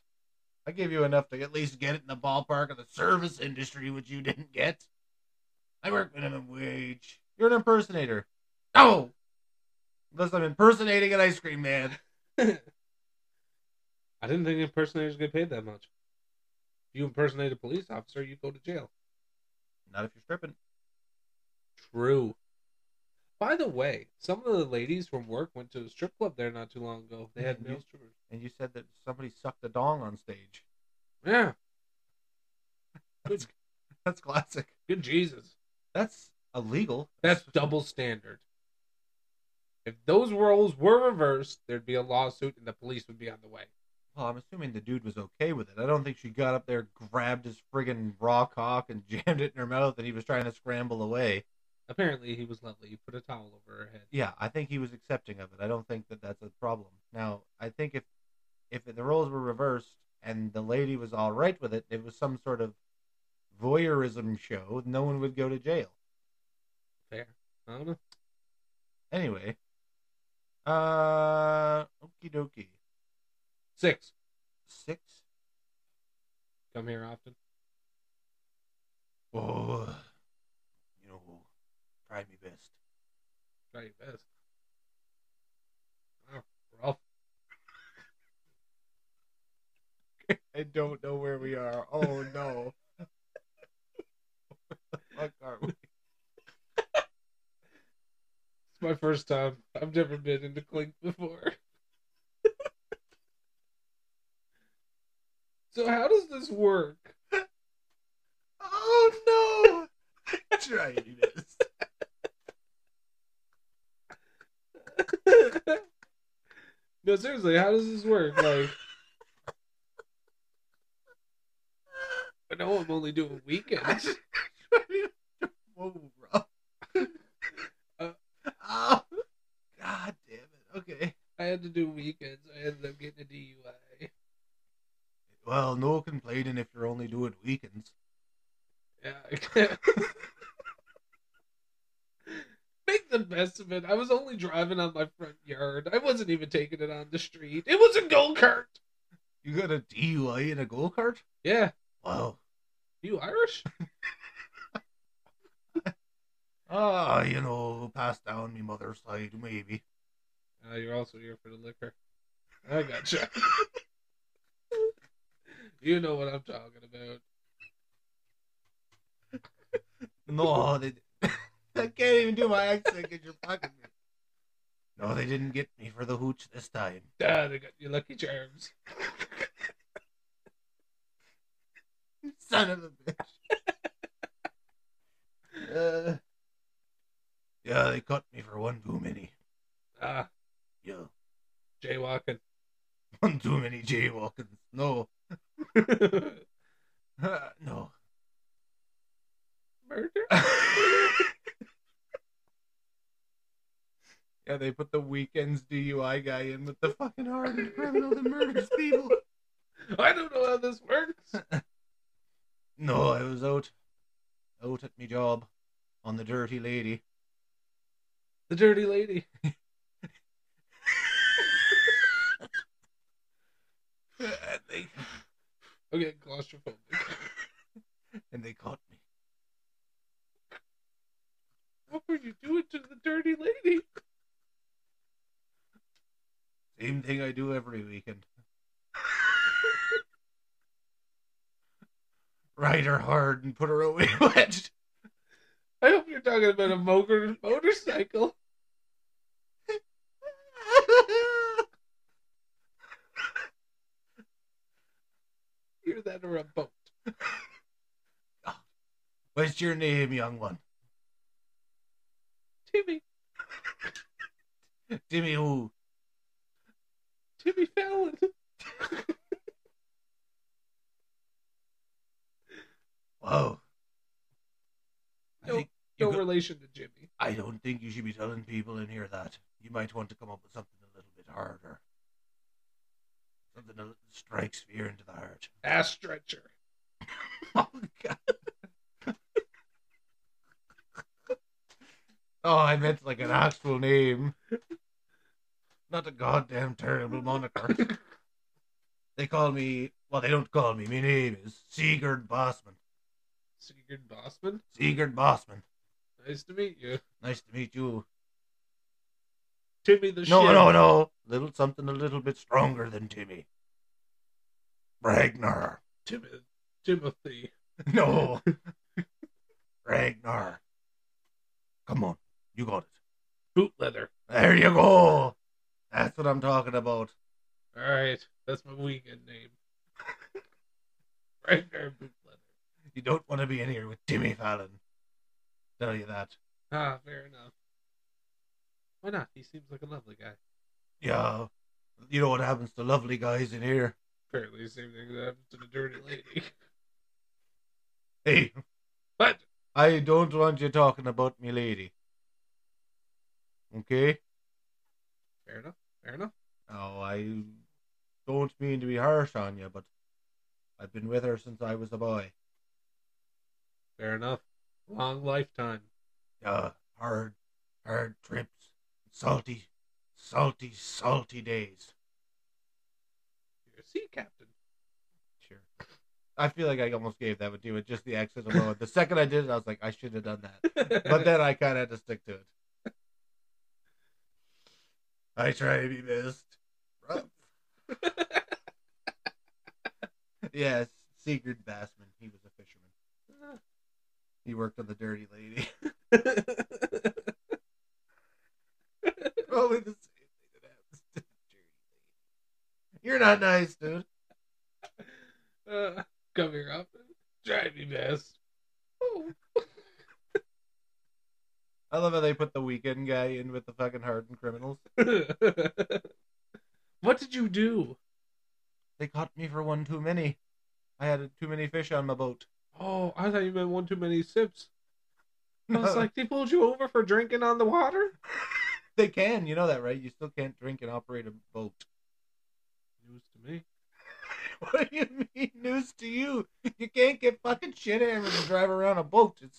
Speaker 2: I gave you enough to at least get it in the ballpark of the service industry, which you didn't get. I work minimum wage. You're an impersonator. No! Unless I'm impersonating an ice cream man.
Speaker 1: I didn't think impersonators get paid that much. If you impersonate a police officer, you go to jail.
Speaker 2: Not if you're stripping.
Speaker 1: True. By the way, some of the ladies from work went to a strip club there not too long ago. They had
Speaker 2: Mhm.
Speaker 1: male strippers.
Speaker 2: And you said that somebody sucked a dong on stage.
Speaker 1: Yeah,
Speaker 2: That's, that's classic.
Speaker 1: good Jesus.
Speaker 2: That's illegal.
Speaker 1: That's double standard. If those roles were reversed, there'd be a lawsuit and the police would be on the way.
Speaker 2: Well, I'm assuming the dude was okay with it. I don't think she got up there, grabbed his friggin' raw cock, and jammed it in her mouth, and he was trying to scramble away.
Speaker 1: Apparently, he was lovely. He put a towel over her head.
Speaker 2: Yeah, I think he was accepting of it. I don't think that that's a problem. Now, I think if if the roles were reversed and the lady was all right with it, it was some sort of voyeurism show. No one would go to jail.
Speaker 1: Fair. I don't know.
Speaker 2: Anyway, uh, okie dokie.
Speaker 1: Six.
Speaker 2: Six.
Speaker 1: Come here often.
Speaker 2: Oh, you know, tried me best.
Speaker 1: Try your best. Wow, Ralph.
Speaker 2: I don't know where we are. Oh no. Where the fuck are we?
Speaker 1: It's my first time. I've never been into Clink before. so how does this work?
Speaker 2: Oh no! Try your best.
Speaker 1: no, seriously, how does this work? Like, I know I'm only doing weekends.
Speaker 2: Whoa, bro.
Speaker 1: Uh.
Speaker 2: oh, god damn it. Okay.
Speaker 1: I had to do weekends. I ended up getting a DUI.
Speaker 2: Well, no complaining if you're only doing weekends.
Speaker 1: Yeah. I can't- Make the best of it. I was only driving on my front yard. I wasn't even taking it on the street. It was a go kart.
Speaker 2: You got a DUI in a go kart?
Speaker 1: Yeah.
Speaker 2: Wow.
Speaker 1: You Irish?
Speaker 2: Ah, you know, passed down me mother's side, maybe.
Speaker 1: Uh, you're also here for the liquor. I gotcha. you know what I'm talking about.
Speaker 2: No, they. I can't even do my accent because you're fucking me. No, they didn't get me for the hooch this time.
Speaker 1: Ah, they got your lucky charms.
Speaker 2: Son of a bitch. uh, yeah, they cut me for one too many.
Speaker 1: Ah,
Speaker 2: Yeah,
Speaker 1: jaywalking.
Speaker 2: one too many jaywalkings. No,
Speaker 1: Murder?
Speaker 2: no. yeah, they put the weekends DUI guy in with the fucking hardened criminal that murders people.
Speaker 1: I don't know how this works.
Speaker 2: No, I was out, out at me job, on the dirty lady.
Speaker 1: The dirty lady.
Speaker 2: and they
Speaker 1: Okay, claustrophobic.
Speaker 2: and they caught me.
Speaker 1: What were you doing to the dirty lady?
Speaker 2: Same thing I do every weekend. Ride her hard and put her away wet.
Speaker 1: I hope you're talking about a motor motorcycle. Either that or a boat.
Speaker 2: What's your name, young one?
Speaker 1: Timmy,
Speaker 2: Timmy who?
Speaker 1: Timmy Fallon.
Speaker 2: Wow. I,
Speaker 1: No,
Speaker 2: think you
Speaker 1: No
Speaker 2: go-
Speaker 1: relation to Jimmy.
Speaker 2: I don't think you should be telling people in here that. You might want to come up with something a little bit harder. Something that strikes fear into the heart.
Speaker 1: Ass stretcher.
Speaker 2: Oh god. oh, I meant like an actual name. Not a goddamn terrible moniker. they call me well, they don't call me. My name is Sigurd Bossman.
Speaker 1: Sigurd Bossman.
Speaker 2: Sigurd Bossman.
Speaker 1: Nice to meet you.
Speaker 2: Nice to meet you.
Speaker 1: Timmy the
Speaker 2: no,
Speaker 1: shit.
Speaker 2: no, no. Little something a little bit stronger than Timmy. Ragnar.
Speaker 1: Tim- Timothy.
Speaker 2: No. Ragnar. Come on. You got it.
Speaker 1: Boot leather.
Speaker 2: There you go. That's what I'm talking about.
Speaker 1: Alright, that's my weekend name. right there, boot leather.
Speaker 2: You don't want to be in here with Timmy Fallon. Tell you that.
Speaker 1: Ah, fair enough. Why not? He seems like a lovely guy.
Speaker 2: Yeah. You know what happens to lovely guys in here?
Speaker 1: Apparently, the same thing that happens to the dirty lady.
Speaker 2: Hey,
Speaker 1: But
Speaker 2: I don't want you talking about me lady. Okay?
Speaker 1: Fair enough. Fair enough.
Speaker 2: Now, I don't mean to be harsh on you, but I've been with her since I was a boy.
Speaker 1: Fair enough. Long lifetime.
Speaker 2: Uh, hard, hard trips. Salty, salty, salty days.
Speaker 1: You're a sea captain.
Speaker 2: Sure. I feel like I almost gave that one to it, just the accent alone. the second I did it, I was like, I should have done that. But then I kind of had to stick to it. I try to be best. Rough. yes, Sigurd Bassman. He was a fisherman. He worked on the Dirty Lady. Probably the same thing that happens to the Dirty Lady. You're not nice, dude.
Speaker 1: uh, come here up. Drive me best. Oh,
Speaker 2: I love how they put the weekend guy in with the fucking hardened criminals.
Speaker 1: what did you do?
Speaker 2: They caught me for one too many. I had too many fish on my boat.
Speaker 1: Oh, I thought you meant one too many sips. I was like, they pulled you over for drinking on the water?
Speaker 2: they can, you know that, right? You still can't drink and operate a boat.
Speaker 1: News to me.
Speaker 2: What do you mean news to you? You can't get fucking shit hammered and drive around a boat. It's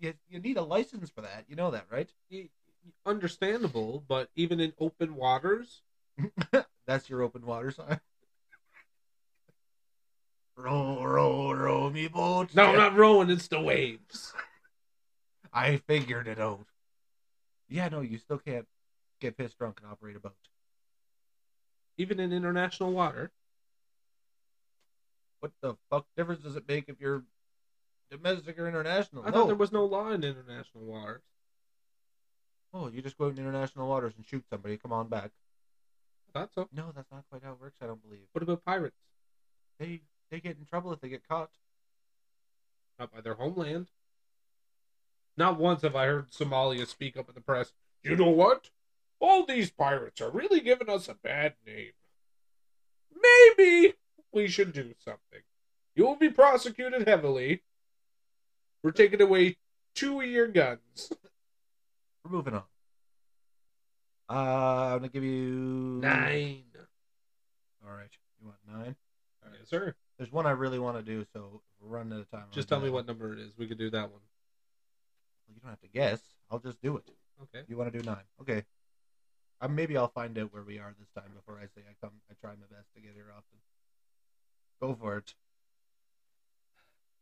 Speaker 2: you, you need a license for that. You know that, right?
Speaker 1: Y- y- Understandable, but even in open waters,
Speaker 2: That's your open water sign. row, row, row me boat.
Speaker 1: no,
Speaker 2: Yeah,
Speaker 1: not rowing, it's the waves.
Speaker 2: I figured it out. Yeah, no, you still can't get pissed drunk and operate a boat.
Speaker 1: Even in international water,
Speaker 2: What the fuck difference does it make if you're domestic or international?
Speaker 1: I thought there was no law in international waters.
Speaker 2: Oh, you just go out in international waters and shoot somebody. Come on back.
Speaker 1: I thought so.
Speaker 2: No, that's not quite how it works. I don't believe
Speaker 1: What about pirates?
Speaker 2: they they get in trouble if they get caught.
Speaker 1: Not by their homeland. Not once have I heard Somalia speak up in the press. You know what? All these pirates are really giving us a bad name. Maybe we should do something. You will be prosecuted heavily. We're taking away two of your guns.
Speaker 2: We're moving on. Uh, I'm gonna give you
Speaker 1: Nine.
Speaker 2: All right, you want nine?
Speaker 1: Yes, sir.
Speaker 2: There's one I really want to do, so if we're running out of time. I'll
Speaker 1: Just
Speaker 2: do
Speaker 1: tell me
Speaker 2: that
Speaker 1: what
Speaker 2: one.
Speaker 1: number it is. We could do that one.
Speaker 2: You don't have to guess. I'll just do it.
Speaker 1: Okay.
Speaker 2: You want to do nine? Okay. Uh, maybe I'll find out where we are this time before I say I come. I try my best to get here often. Go for it.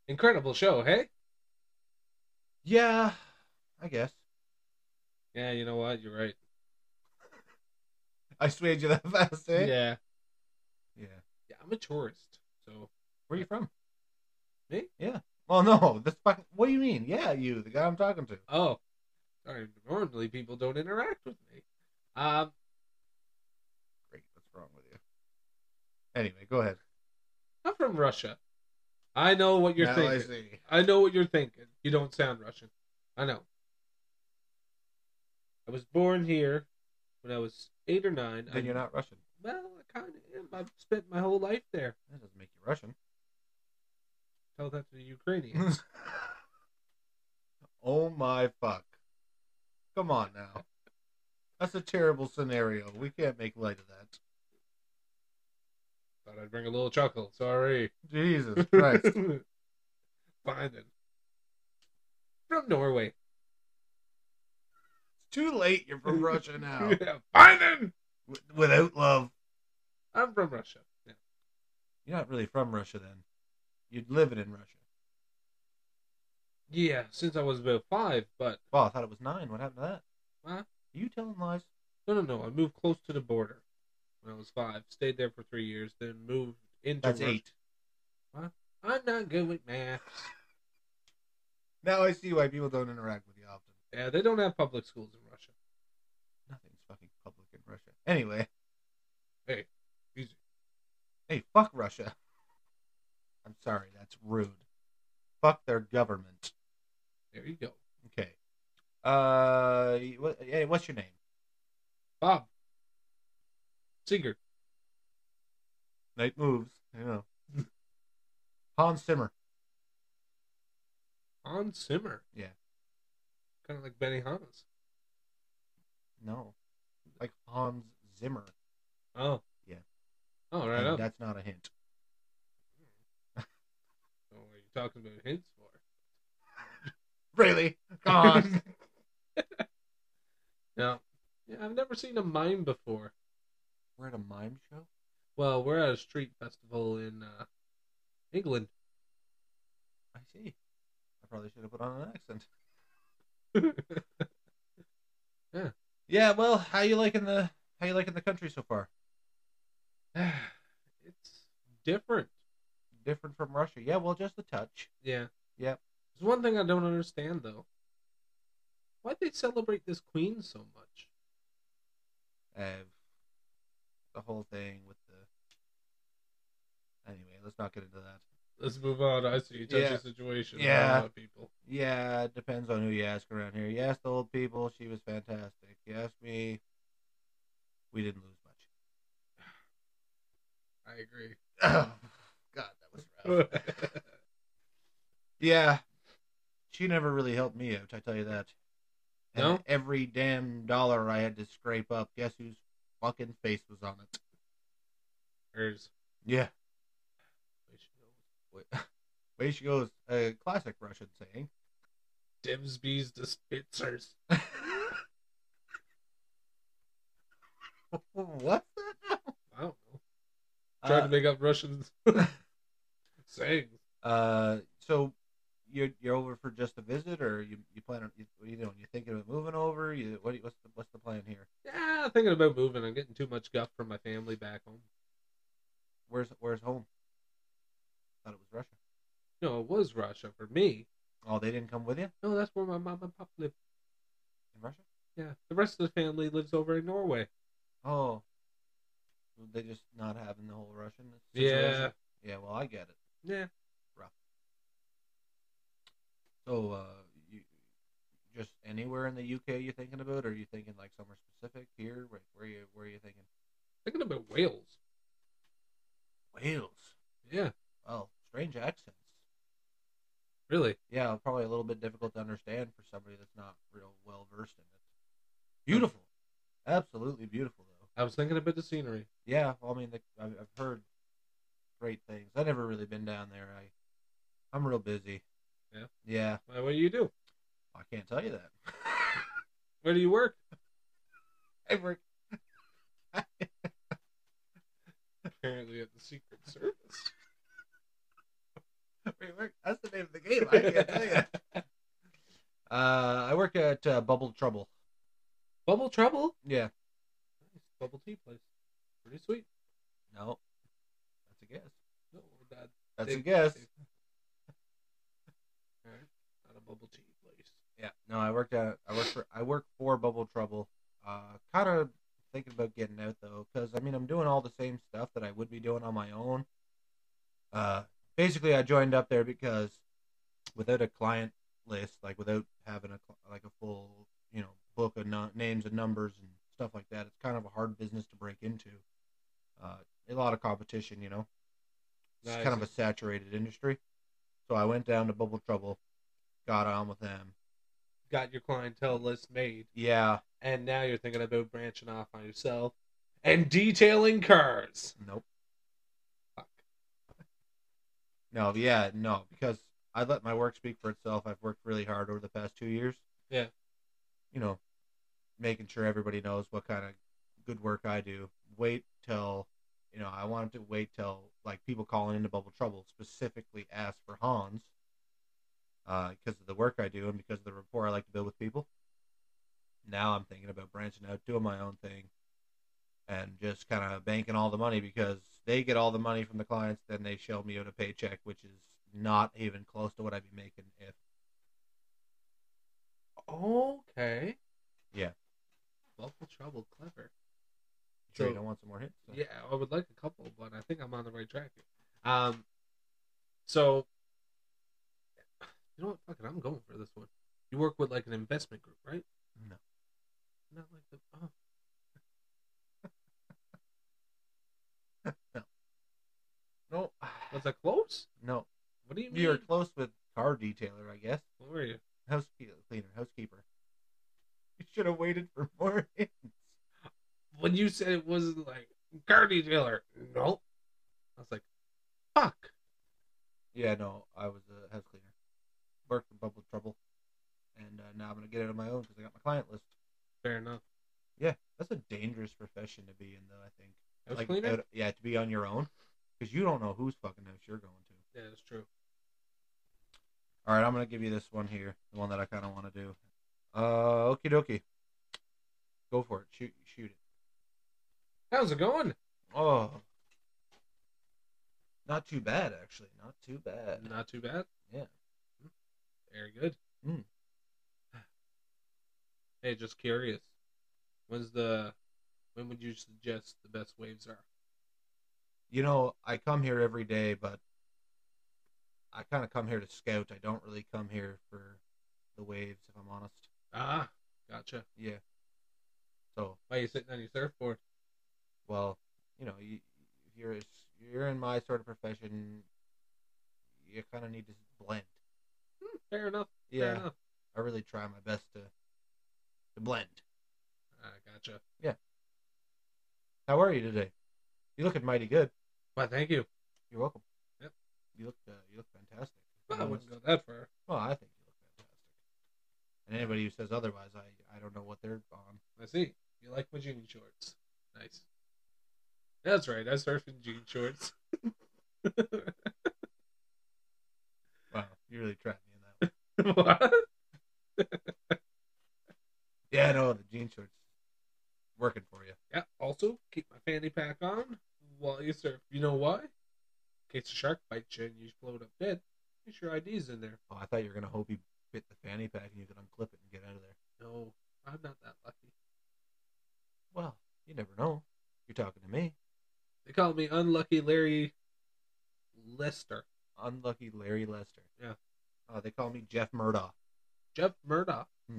Speaker 1: Incredible show, hey?
Speaker 2: Yeah, I guess.
Speaker 1: Yeah, you know what? You're right.
Speaker 2: I swayed you that fast, eh?
Speaker 1: Yeah.
Speaker 2: Yeah.
Speaker 1: Yeah, I'm a tourist. So
Speaker 2: Where you from?
Speaker 1: Me?
Speaker 2: Yeah. Well, no. This fucking. What do you mean? Yeah, you, the guy I'm talking to.
Speaker 1: Oh, sorry. Normally people don't interact with me. Um,
Speaker 2: Great. What's wrong with you? Anyway, go ahead.
Speaker 1: I'm from Russia. I know what you're
Speaker 2: Now I
Speaker 1: thinking.
Speaker 2: see.
Speaker 1: I, know what you're thinking. You don't sound Russian. I know. I was born here when I was eight or nine.
Speaker 2: Then
Speaker 1: I-
Speaker 2: you're not Russian.
Speaker 1: Well, I kind of am. I've spent my whole life there.
Speaker 2: That doesn't make you Russian.
Speaker 1: Tell that to the Ukrainians.
Speaker 2: oh my fuck. Come on now. That's a terrible scenario. We can't make light of that.
Speaker 1: Thought I'd bring a little chuckle. Sorry.
Speaker 2: Jesus Christ.
Speaker 1: Fine then. From Norway.
Speaker 2: it's too late. You're from Russia now.
Speaker 1: Yeah, Fine then.
Speaker 2: W- without love.
Speaker 1: I'm from Russia. Yeah.
Speaker 2: You're not really from Russia then. You'd live it in Russia.
Speaker 1: Yeah, since I was about five, but
Speaker 2: Well, Oh, I thought it was nine. What happened to that?
Speaker 1: Huh?
Speaker 2: Are you telling lies?
Speaker 1: no, no, no. I moved close to the border when I was five. Stayed there for three years, then moved into.
Speaker 2: That's
Speaker 1: Russia.
Speaker 2: eight.
Speaker 1: I'm not good with math.
Speaker 2: Now I see why people don't interact with you often.
Speaker 1: Yeah, they don't have public schools in Russia.
Speaker 2: Nothing's fucking public in Russia. Anyway.
Speaker 1: Hey, easy.
Speaker 2: Hey, fuck Russia. I'm sorry, that's rude. Fuck their government.
Speaker 1: There you go,
Speaker 2: Okay. Uh, what, hey, what's your name?
Speaker 1: Bob. Seeger.
Speaker 2: Night moves. I know. Hans Zimmer.
Speaker 1: on simmer.
Speaker 2: Yeah.
Speaker 1: Kind of like Benny Hanna's.
Speaker 2: No, like Hans Zimmer.
Speaker 1: Oh.
Speaker 2: Yeah.
Speaker 1: Oh, right
Speaker 2: And
Speaker 1: up.
Speaker 2: that's not a hint.
Speaker 1: Oh, what are you talking about hints for?
Speaker 2: Really? Come on.
Speaker 1: No. Yeah, I've never seen a mime before.
Speaker 2: We're at a mime show.
Speaker 1: Well, we're at a street festival in uh, England.
Speaker 2: I see. I probably should have put on an accent.
Speaker 1: Yeah.
Speaker 2: Yeah. Well, how you liking the how you liking the country so far?
Speaker 1: it's different.
Speaker 2: Different from Russia. Yeah. Well, just a touch.
Speaker 1: Yeah.
Speaker 2: Yep.
Speaker 1: There's one thing I don't understand though. Why'd they celebrate this queen so much?
Speaker 2: Uh, the whole thing with the. Anyway, let's not get into that.
Speaker 1: Let's move on. I see touchy
Speaker 2: Yeah.
Speaker 1: situation.
Speaker 2: Yeah.
Speaker 1: Uh, people.
Speaker 2: Yeah, it depends on who you ask around here. You ask the old people, she was fantastic. You ask me, we didn't lose much.
Speaker 1: I agree.
Speaker 2: Oh, God, that was rough. yeah, she never really helped me out. I tell you that. And
Speaker 1: No?
Speaker 2: every damn dollar I had to scrape up. Guess whose fucking face was on it?
Speaker 1: Hers.
Speaker 2: Yeah. Way she goes. A classic Russian saying.
Speaker 1: Dimsby's the Spitzers.
Speaker 2: What's that?
Speaker 1: I don't know. Trying
Speaker 2: Uh,
Speaker 1: to make up Russian sayings.
Speaker 2: Uh, so you're you're over for just a visit, or you you plan on you, what are you doing? You thinking about moving over? You what? do you- What's the what's the plan here?
Speaker 1: Yeah, thinking about moving. I'm getting too much guff from my family back home.
Speaker 2: Where's where's home? Thought it was Russia.
Speaker 1: No, it was Russia for me.
Speaker 2: Oh, they didn't come with you
Speaker 1: No, that's where my mom and pop live.
Speaker 2: in Russia.
Speaker 1: Yeah, the rest of the family lives over in Norway.
Speaker 2: Oh, Well, they just not having the whole Russian.
Speaker 1: Yeah,
Speaker 2: situation? yeah. Well, I get it.
Speaker 1: yeah.
Speaker 2: So, uh, you just anywhere in the UK you thinking about, or are you thinking like somewhere specific here? Where, where you where you thinking?
Speaker 1: Thinking about Wales.
Speaker 2: Wales.
Speaker 1: Yeah,
Speaker 2: Oh, strange accents.
Speaker 1: really.
Speaker 2: yeah, probably a little bit difficult to understand for somebody that's not real well versed in it. Beautiful, absolutely beautiful though.
Speaker 1: I was thinking about the scenery.
Speaker 2: Yeah, well, I mean, the, I've, I've heard great things. I never really been down there. I, I'm real busy.
Speaker 1: Yeah?
Speaker 2: yeah.
Speaker 1: Why, What do you do?
Speaker 2: I can't tell you that.
Speaker 1: Where do you work?
Speaker 2: I work.
Speaker 1: Apparently at the Secret Service.
Speaker 2: we work. That's the name of the game. I can't tell you. Uh, I work at uh, Bubble Trouble.
Speaker 1: Bubble Trouble.
Speaker 2: Yeah.
Speaker 1: Nice. Bubble tea place. Pretty sweet.
Speaker 2: No. That's a guess.
Speaker 1: No, that,
Speaker 2: That's a
Speaker 1: Take-
Speaker 2: guess.
Speaker 1: take- Alright. Not a bubble tea place.
Speaker 2: Yeah. No, I worked at I work for I work for Bubble Trouble. Uh, kind of thinking about getting out though, because I mean I'm doing all the same stuff that I would be doing on my own. Uh, basically I joined up there because without a client list, like without having a cl- like a full you know book of nu- names and numbers and stuff like that, it's kind of a hard business to break into. Uh, a lot of competition, you know. It's
Speaker 1: Nice.
Speaker 2: kind of a saturated industry. So I went down to Bubble Trouble, got on with them.
Speaker 1: Got your clientele list made,
Speaker 2: Yeah,
Speaker 1: and now you're thinking about branching off on yourself and detailing cars.
Speaker 2: Nope.
Speaker 1: Fuck.
Speaker 2: No, yeah, no, because I let my work speak for itself. I've worked really hard over the past two years.
Speaker 1: Yeah.
Speaker 2: You know, making sure everybody knows what kind of good work I do. Wait till, you know, I wanted to wait till like people calling into Bubble Trouble specifically ask for Hans, uh, because of the work I do and because of the rapport I like to build with people. Now I'm thinking about branching out, doing my own thing, and just kind of banking all the money because they get all the money from the clients, then they shell me out a paycheck, which is not even close to what I'd be making if.
Speaker 1: Okay.
Speaker 2: Yeah.
Speaker 1: Bubble trouble, clever.
Speaker 2: Sure,
Speaker 1: So-
Speaker 2: you don't want some more hits.
Speaker 1: Yeah, I would like a couple, but I think I'm on the right track. Here. Um, so you know what? Fuck it, I'm going for this one. You work with like an investment group, right?
Speaker 2: No.
Speaker 1: Not like the. Oh.
Speaker 2: No,
Speaker 1: Was that close?
Speaker 2: no,
Speaker 1: What do you mean?
Speaker 2: you're close with car detailer, I guess.
Speaker 1: What were you?
Speaker 2: House cleaner, housekeeper. You should have waited for more hints.
Speaker 1: When you said it was like car detailer, nope. I was like, fuck.
Speaker 2: Yeah, no, I was a house cleaner. Worked in bubble trouble, and uh, now I'm gonna get it on my own because I got my client list.
Speaker 1: Fair enough.
Speaker 2: Yeah, that's a dangerous profession to be in, though. I think.
Speaker 1: House
Speaker 2: Like,
Speaker 1: cleaner?
Speaker 2: out- yeah, to be on your own because you don't know whose fucking house you're going to.
Speaker 1: yeah, that's true.
Speaker 2: All right, I'm gonna give you this one here, the one that I kind of want to do. Uh, okie dokie. Go for it. Shoot, shoot it.
Speaker 1: How's it going?
Speaker 2: Oh, not too bad actually. Not too bad.
Speaker 1: Not too bad.
Speaker 2: Yeah.
Speaker 1: Very good.
Speaker 2: Mm.
Speaker 1: Hey, just curious. When's the when would you suggest the best waves are?
Speaker 2: You know, I come here every day, but I kind of come here to scout. I don't really come here for the waves, if I'm honest.
Speaker 1: Ah, gotcha.
Speaker 2: Yeah. So,
Speaker 1: Why are you sitting on your surfboard?
Speaker 2: well, you know, you, if you're you're in my sort of profession, you kind of need to blend.
Speaker 1: Hmm, fair enough.
Speaker 2: Yeah.
Speaker 1: Fair enough.
Speaker 2: I really try my best to to blend.
Speaker 1: Ah, gotcha.
Speaker 2: How are you today? You looking mighty good.
Speaker 1: Why, thank you.
Speaker 2: You're welcome.
Speaker 1: Yep.
Speaker 2: You look uh, you look fantastic.
Speaker 1: Well, I wouldn't go that far.
Speaker 2: Well, I think you look fantastic. And anybody who says otherwise, I I don't know what they're on.
Speaker 1: I see. You like my jean shorts. Nice. That's right. I surf in jean shorts.
Speaker 2: Wow, you really trapped me in that. One.
Speaker 1: what?
Speaker 2: yeah, no, the jean shorts working for you.
Speaker 1: Yeah. Also, keep my fanny pack on while you surf. You know why? In case a shark bites you and you float up dead, make your ID's in there.
Speaker 2: Oh, I thought you were gonna hope you fit the fanny pack and you could unclip it and get out of there.
Speaker 1: No, I'm not that lucky.
Speaker 2: Well, you never know. You're talking to me,
Speaker 1: They call me Unlucky Larry Lester.
Speaker 2: unlucky Larry Lester.
Speaker 1: Yeah.
Speaker 2: Uh, they call me Jeff Murdoch.
Speaker 1: Jeff Murdoch.
Speaker 2: Hmm.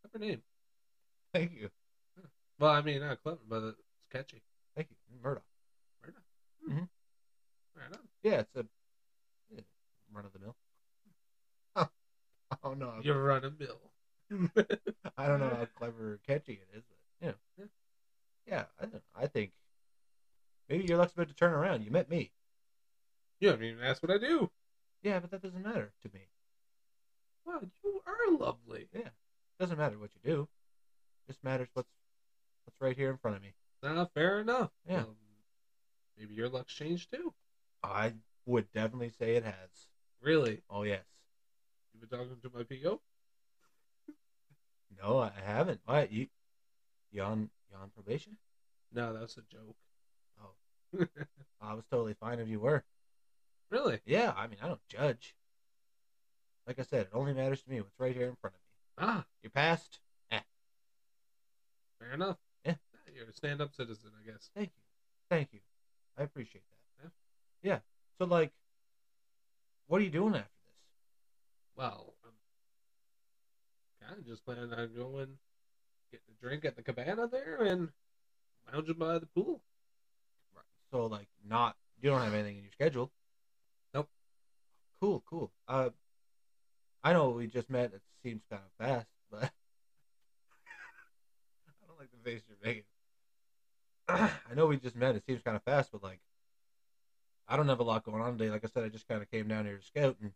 Speaker 1: Clever name.
Speaker 2: Thank you,
Speaker 1: Well, I mean, not clever, but it's catchy.
Speaker 2: thank you, Murdoch.
Speaker 1: Murdoch.
Speaker 2: Mhm.
Speaker 1: Right on.
Speaker 2: Yeah, it's a yeah, run of the mill. oh no,
Speaker 1: You're run a mill.
Speaker 2: I don't know how clever or catchy it is, but you know. yeah, I don't know. I think maybe your luck's about to turn around. You met me,
Speaker 1: You haven't even asked what I do.
Speaker 2: yeah, but that doesn't matter to me.
Speaker 1: Wow, you are lovely.
Speaker 2: doesn't matter what you do. Just matters what's what's right here in front of me.
Speaker 1: Nah, fair enough.
Speaker 2: Yeah.
Speaker 1: Um, maybe your luck's changed too.
Speaker 2: I would definitely say it has.
Speaker 1: Really?
Speaker 2: Oh yes.
Speaker 1: You've been talking to my PO?
Speaker 2: No, I haven't. What you? You on you on probation?
Speaker 1: No, that's a joke.
Speaker 2: Oh, I was totally fine if you were.
Speaker 1: Really?
Speaker 2: Yeah, I mean I don't judge. Like I said, it only matters to me what's right here in front of me.
Speaker 1: Ah,
Speaker 2: Your past.
Speaker 1: fair enough.
Speaker 2: Yeah.
Speaker 1: You're a stand up citizen, I guess.
Speaker 2: Thank you. Thank you. I appreciate
Speaker 1: Yeah.
Speaker 2: that. Yeah. So like what are you doing after this?
Speaker 1: Well, I'm kind of just planning on going, getting a drink at the cabana there and lounging by the pool.
Speaker 2: Right. So like not you don't have anything in your schedule.
Speaker 1: Nope.
Speaker 2: Cool, cool. Uh I know we just met, it seems kind of fast, but I don't like the face you're making. I know we just met, it seems kind of fast, but like I don't have a lot going on today. Like I said, I just kind of came down here to scout and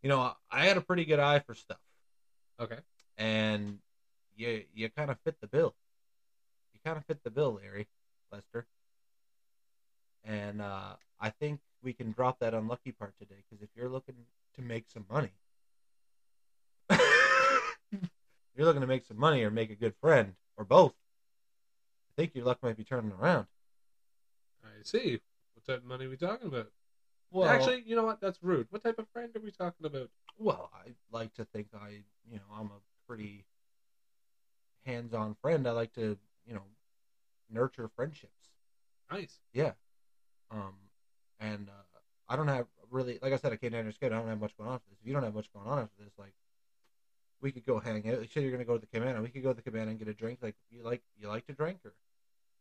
Speaker 2: you know, I, I had a pretty good eye for stuff.
Speaker 1: Okay.
Speaker 2: and you you kind of fit the bill. You kind of fit the bill, Larry Lester. And uh, I think we can drop that unlucky part today because if you're looking to make some money, you're looking to make some money or make a good friend or both. I think your luck might be turning around.
Speaker 1: I see. What type of money are we talking about?
Speaker 2: Well,
Speaker 1: Actually, you know what? That's rude. What type of friend are we talking about?
Speaker 2: well, I like to think I, you know, I'm a pretty hands-on friend. I like to, you know, nurture friendships.
Speaker 1: Nice.
Speaker 2: Yeah. Um, and uh, I don't have really, like I said, I came down here scared. I don't have much going on after this. If you don't have much going on after this, like, we could go hang out. Like, say you're gonna go to the cabana. We could go to the cabana and get a drink. Like, you like you like to drink, or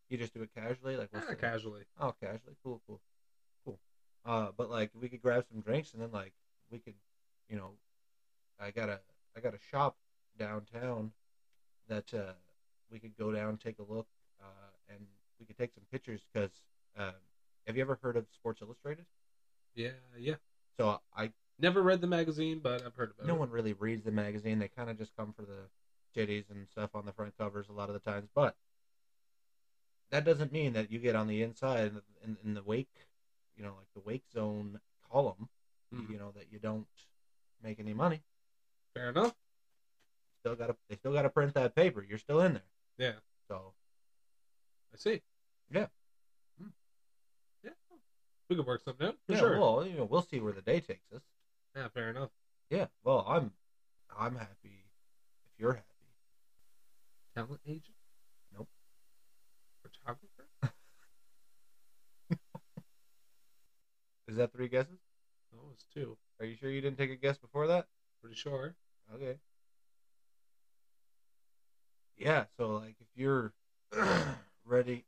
Speaker 2: you just do it casually. Like, what's
Speaker 1: Ah,
Speaker 2: the-
Speaker 1: casually.
Speaker 2: Oh, casually. Cool, cool, cool. Uh, but like we could grab some drinks and then like we could, you know, I got a I got a shop downtown that uh, we could go down, take a look, uh, and we could take some pictures. Because uh, have you ever heard of Sports Illustrated?
Speaker 1: Yeah, yeah.
Speaker 2: So I
Speaker 1: Never read the magazine, but I've heard about
Speaker 2: no
Speaker 1: it.
Speaker 2: one really reads the magazine. They kind of just come for the titties and stuff on the front covers a lot of the times. But that doesn't mean that you get on the inside in, in the wake, you know, like the wake zone column,
Speaker 1: Mhm.
Speaker 2: you know, that you don't make any money.
Speaker 1: Fair enough.
Speaker 2: Still got to they still got to print that paper. You're still in there.
Speaker 1: Yeah.
Speaker 2: So
Speaker 1: I see.
Speaker 2: Yeah.
Speaker 1: Hmm. Yeah. We could work something out. For
Speaker 2: yeah,
Speaker 1: sure.
Speaker 2: well, you know, we'll see where the day takes us.
Speaker 1: yeah, fair enough.
Speaker 2: Yeah. Well, I'm I'm happy if you're happy.
Speaker 1: Talent agent?
Speaker 2: Nope.
Speaker 1: Photographer?
Speaker 2: Is that three guesses?
Speaker 1: No, Oh, it's two.
Speaker 2: Are you sure you didn't take a guess before that?
Speaker 1: Pretty sure.
Speaker 2: Okay. Yeah, so like if you're ready.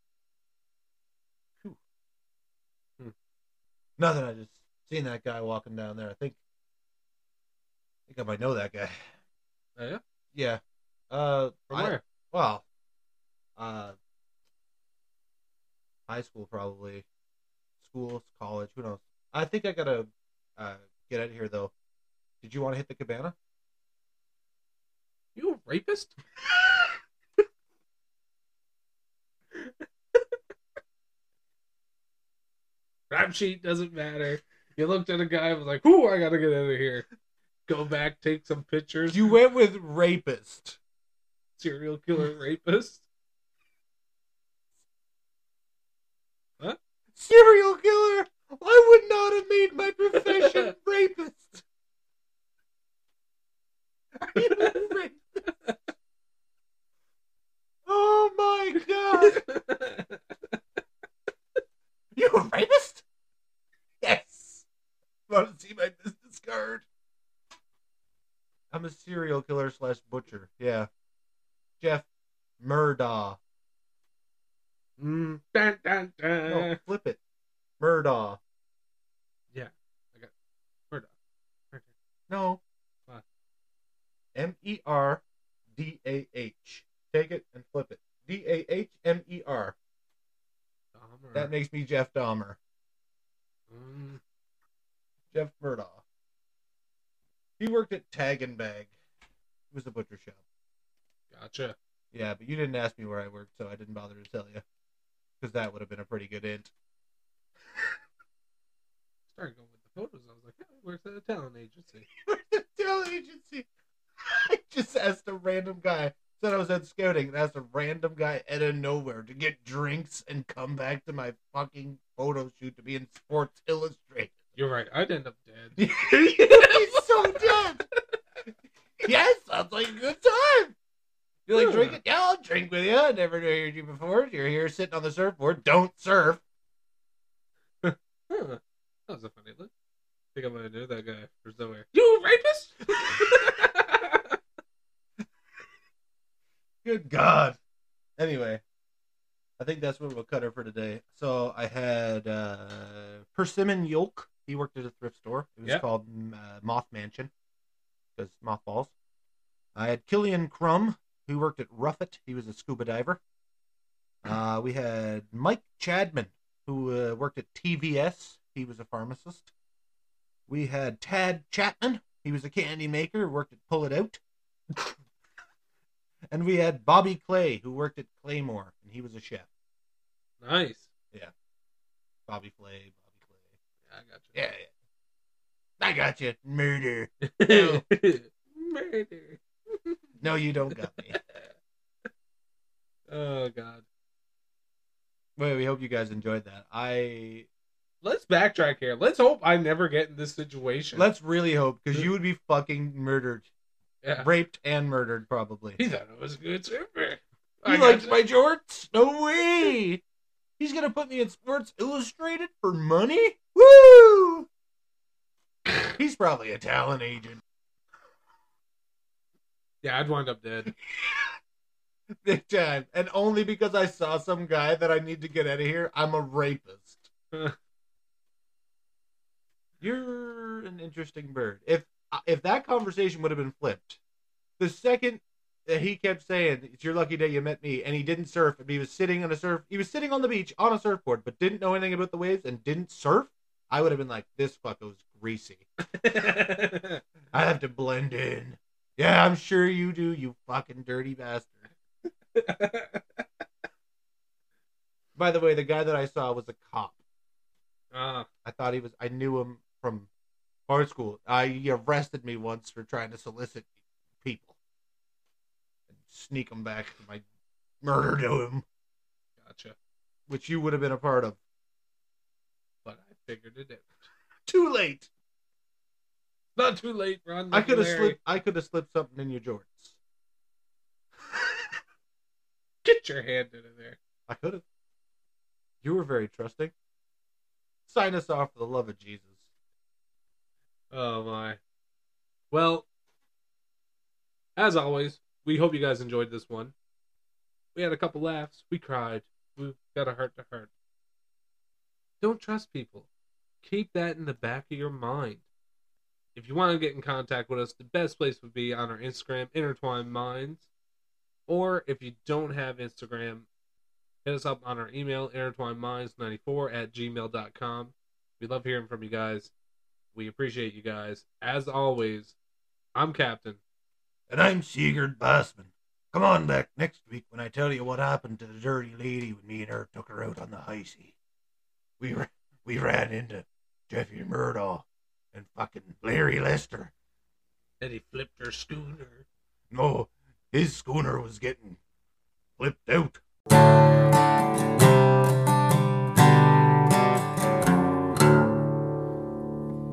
Speaker 2: Phew.
Speaker 1: Hmm.
Speaker 2: Nothing. I just seen that guy walking down there. I think. I think I might know that guy.
Speaker 1: Oh, yeah?
Speaker 2: Yeah. Uh.
Speaker 1: From
Speaker 2: I-
Speaker 1: where?
Speaker 2: Well. Uh. High school probably. School, college. Who knows? I think I gotta uh, get out of here though. Did you want to hit the cabana?
Speaker 1: You a rapist? Rap sheet doesn't matter. You looked at a guy and was like, "Ooh, I gotta get out of here." Go back, take some pictures.
Speaker 2: You went with rapist.
Speaker 1: serial killer rapist.
Speaker 2: Serial killer? I would not have made my profession rapist. Are you a rapist? Oh my god. You a rapist? Yes. Want to see my business card? I'm a serial killer slash butcher. Yeah. Jeff Murdaugh.
Speaker 1: Mm, dun, dun, dun.
Speaker 2: No, flip it. Murdaugh. No.
Speaker 1: What?
Speaker 2: M E R D A H. Take it and flip it. D A H M E R.
Speaker 1: Dahmer.
Speaker 2: That makes me Jeff Dahmer.
Speaker 1: Mm,
Speaker 2: Jeff Murdaugh. He worked at Tag and Bag. It was a butcher shop.
Speaker 1: gotcha.
Speaker 2: Yeah, but you didn't ask me where I worked, so I didn't bother to tell you. Because that would have been a pretty good hint.
Speaker 1: Started going with the photos. I was like, "Yeah, he works at a talent agency."
Speaker 2: Tell agency. I just asked a random guy. Said I was out scouting and asked a random guy out of nowhere to get drinks and come back to my fucking photo shoot to be in Sports Illustrated.
Speaker 1: You're right. I'd end up dead.
Speaker 2: He's so dead. Yes, sounds like a good time. You like
Speaker 1: Yeah.
Speaker 2: drinking? Yeah, I'll drink with you. I never heard you before. You're here sitting on the surfboard. Don't surf.
Speaker 1: Huh. That was a funny look. I think I might have knew that guy for somewhere. You a rapist?
Speaker 2: Good God. Anyway, I think that's where we'll cut her for today. So I had uh, Persimmon Yolk. He worked at a thrift store. It was
Speaker 1: Yeah.
Speaker 2: called mm, uh, Moth Mansion because mothballs. I had Killian Crum, who worked at Ruffet. He was a scuba diver. Uh, we had Mike Chadman, who uh, worked at TVS. He was a pharmacist. We had Tad Chapman. He was a candy maker, worked at Pull It Out. And we had Bobby Clay, who worked at Claymore, and he was a chef.
Speaker 1: nice.
Speaker 2: Bobby Clay, Bobby Clay.
Speaker 1: Yeah, I got you.
Speaker 2: Yeah, yeah. I got you. Murder.
Speaker 1: Murder. Murder.
Speaker 2: No, you don't got me.
Speaker 1: Oh god.
Speaker 2: Well, we hope you guys enjoyed that. I
Speaker 1: Let's backtrack here. Let's hope I never get in this situation.
Speaker 2: let's really hope because you would be fucking murdered,
Speaker 1: Yeah.
Speaker 2: raped, and murdered probably.
Speaker 1: He thought it was a good server.
Speaker 2: You liked my jorts? No way. He's gonna put me in Sports Illustrated for money. Woo! He's probably a talent agent.
Speaker 1: Yeah, I'd wind up dead.
Speaker 2: Big time. And only because I saw some guy that I need to get out of here, I'm a rapist. You're an interesting bird. If uh, if that conversation would have been flipped, the second that he kept saying it's your lucky day you met me, and he didn't surf, and he was sitting on a surf, he was sitting on the beach on a surfboard, but didn't know anything about the waves and didn't surf, I would have been like, this fucker was greasy. I have to blend in. Yeah, I'm sure you do, you fucking dirty bastard. By the way, the guy that I saw was a cop.
Speaker 1: uh,
Speaker 2: I thought he was. I knew him from art school. I he arrested me once for trying to solicit people and sneak them back to my murder to him,
Speaker 1: gotcha.
Speaker 2: which you would have been a part of.
Speaker 1: But I figured it out.
Speaker 2: Too late.
Speaker 1: Not too late, Ron.
Speaker 2: I could have
Speaker 1: McElary.
Speaker 2: slipped. I could have slipped something in your Jordans.
Speaker 1: Get your hand into there.
Speaker 2: I could have. You were very trusting. Sign us off for the love of Jesus.
Speaker 1: Oh my. Well, as always, we hope you guys enjoyed this one. We had a couple laughs. We cried. We got a heart to heart. Don't trust people. Keep that in the back of your mind. If you want to get in contact with us, the best place would be on our Instagram, Intertwined Minds. Or if you don't have Instagram, hit us up on our email, intertwinedminds94 at gmail.com. We love hearing from you guys. We appreciate you guys. As always, I'm Captain.
Speaker 2: And I'm Sigurd Bassman. Come on back next week when I tell you what happened to the dirty lady when me and her took her out on the high sea. We, ra- we ran into Jeffrey Murdaugh and fucking Larry Lester.
Speaker 1: And he flipped her schooner.
Speaker 2: No, his schooner was getting flipped out.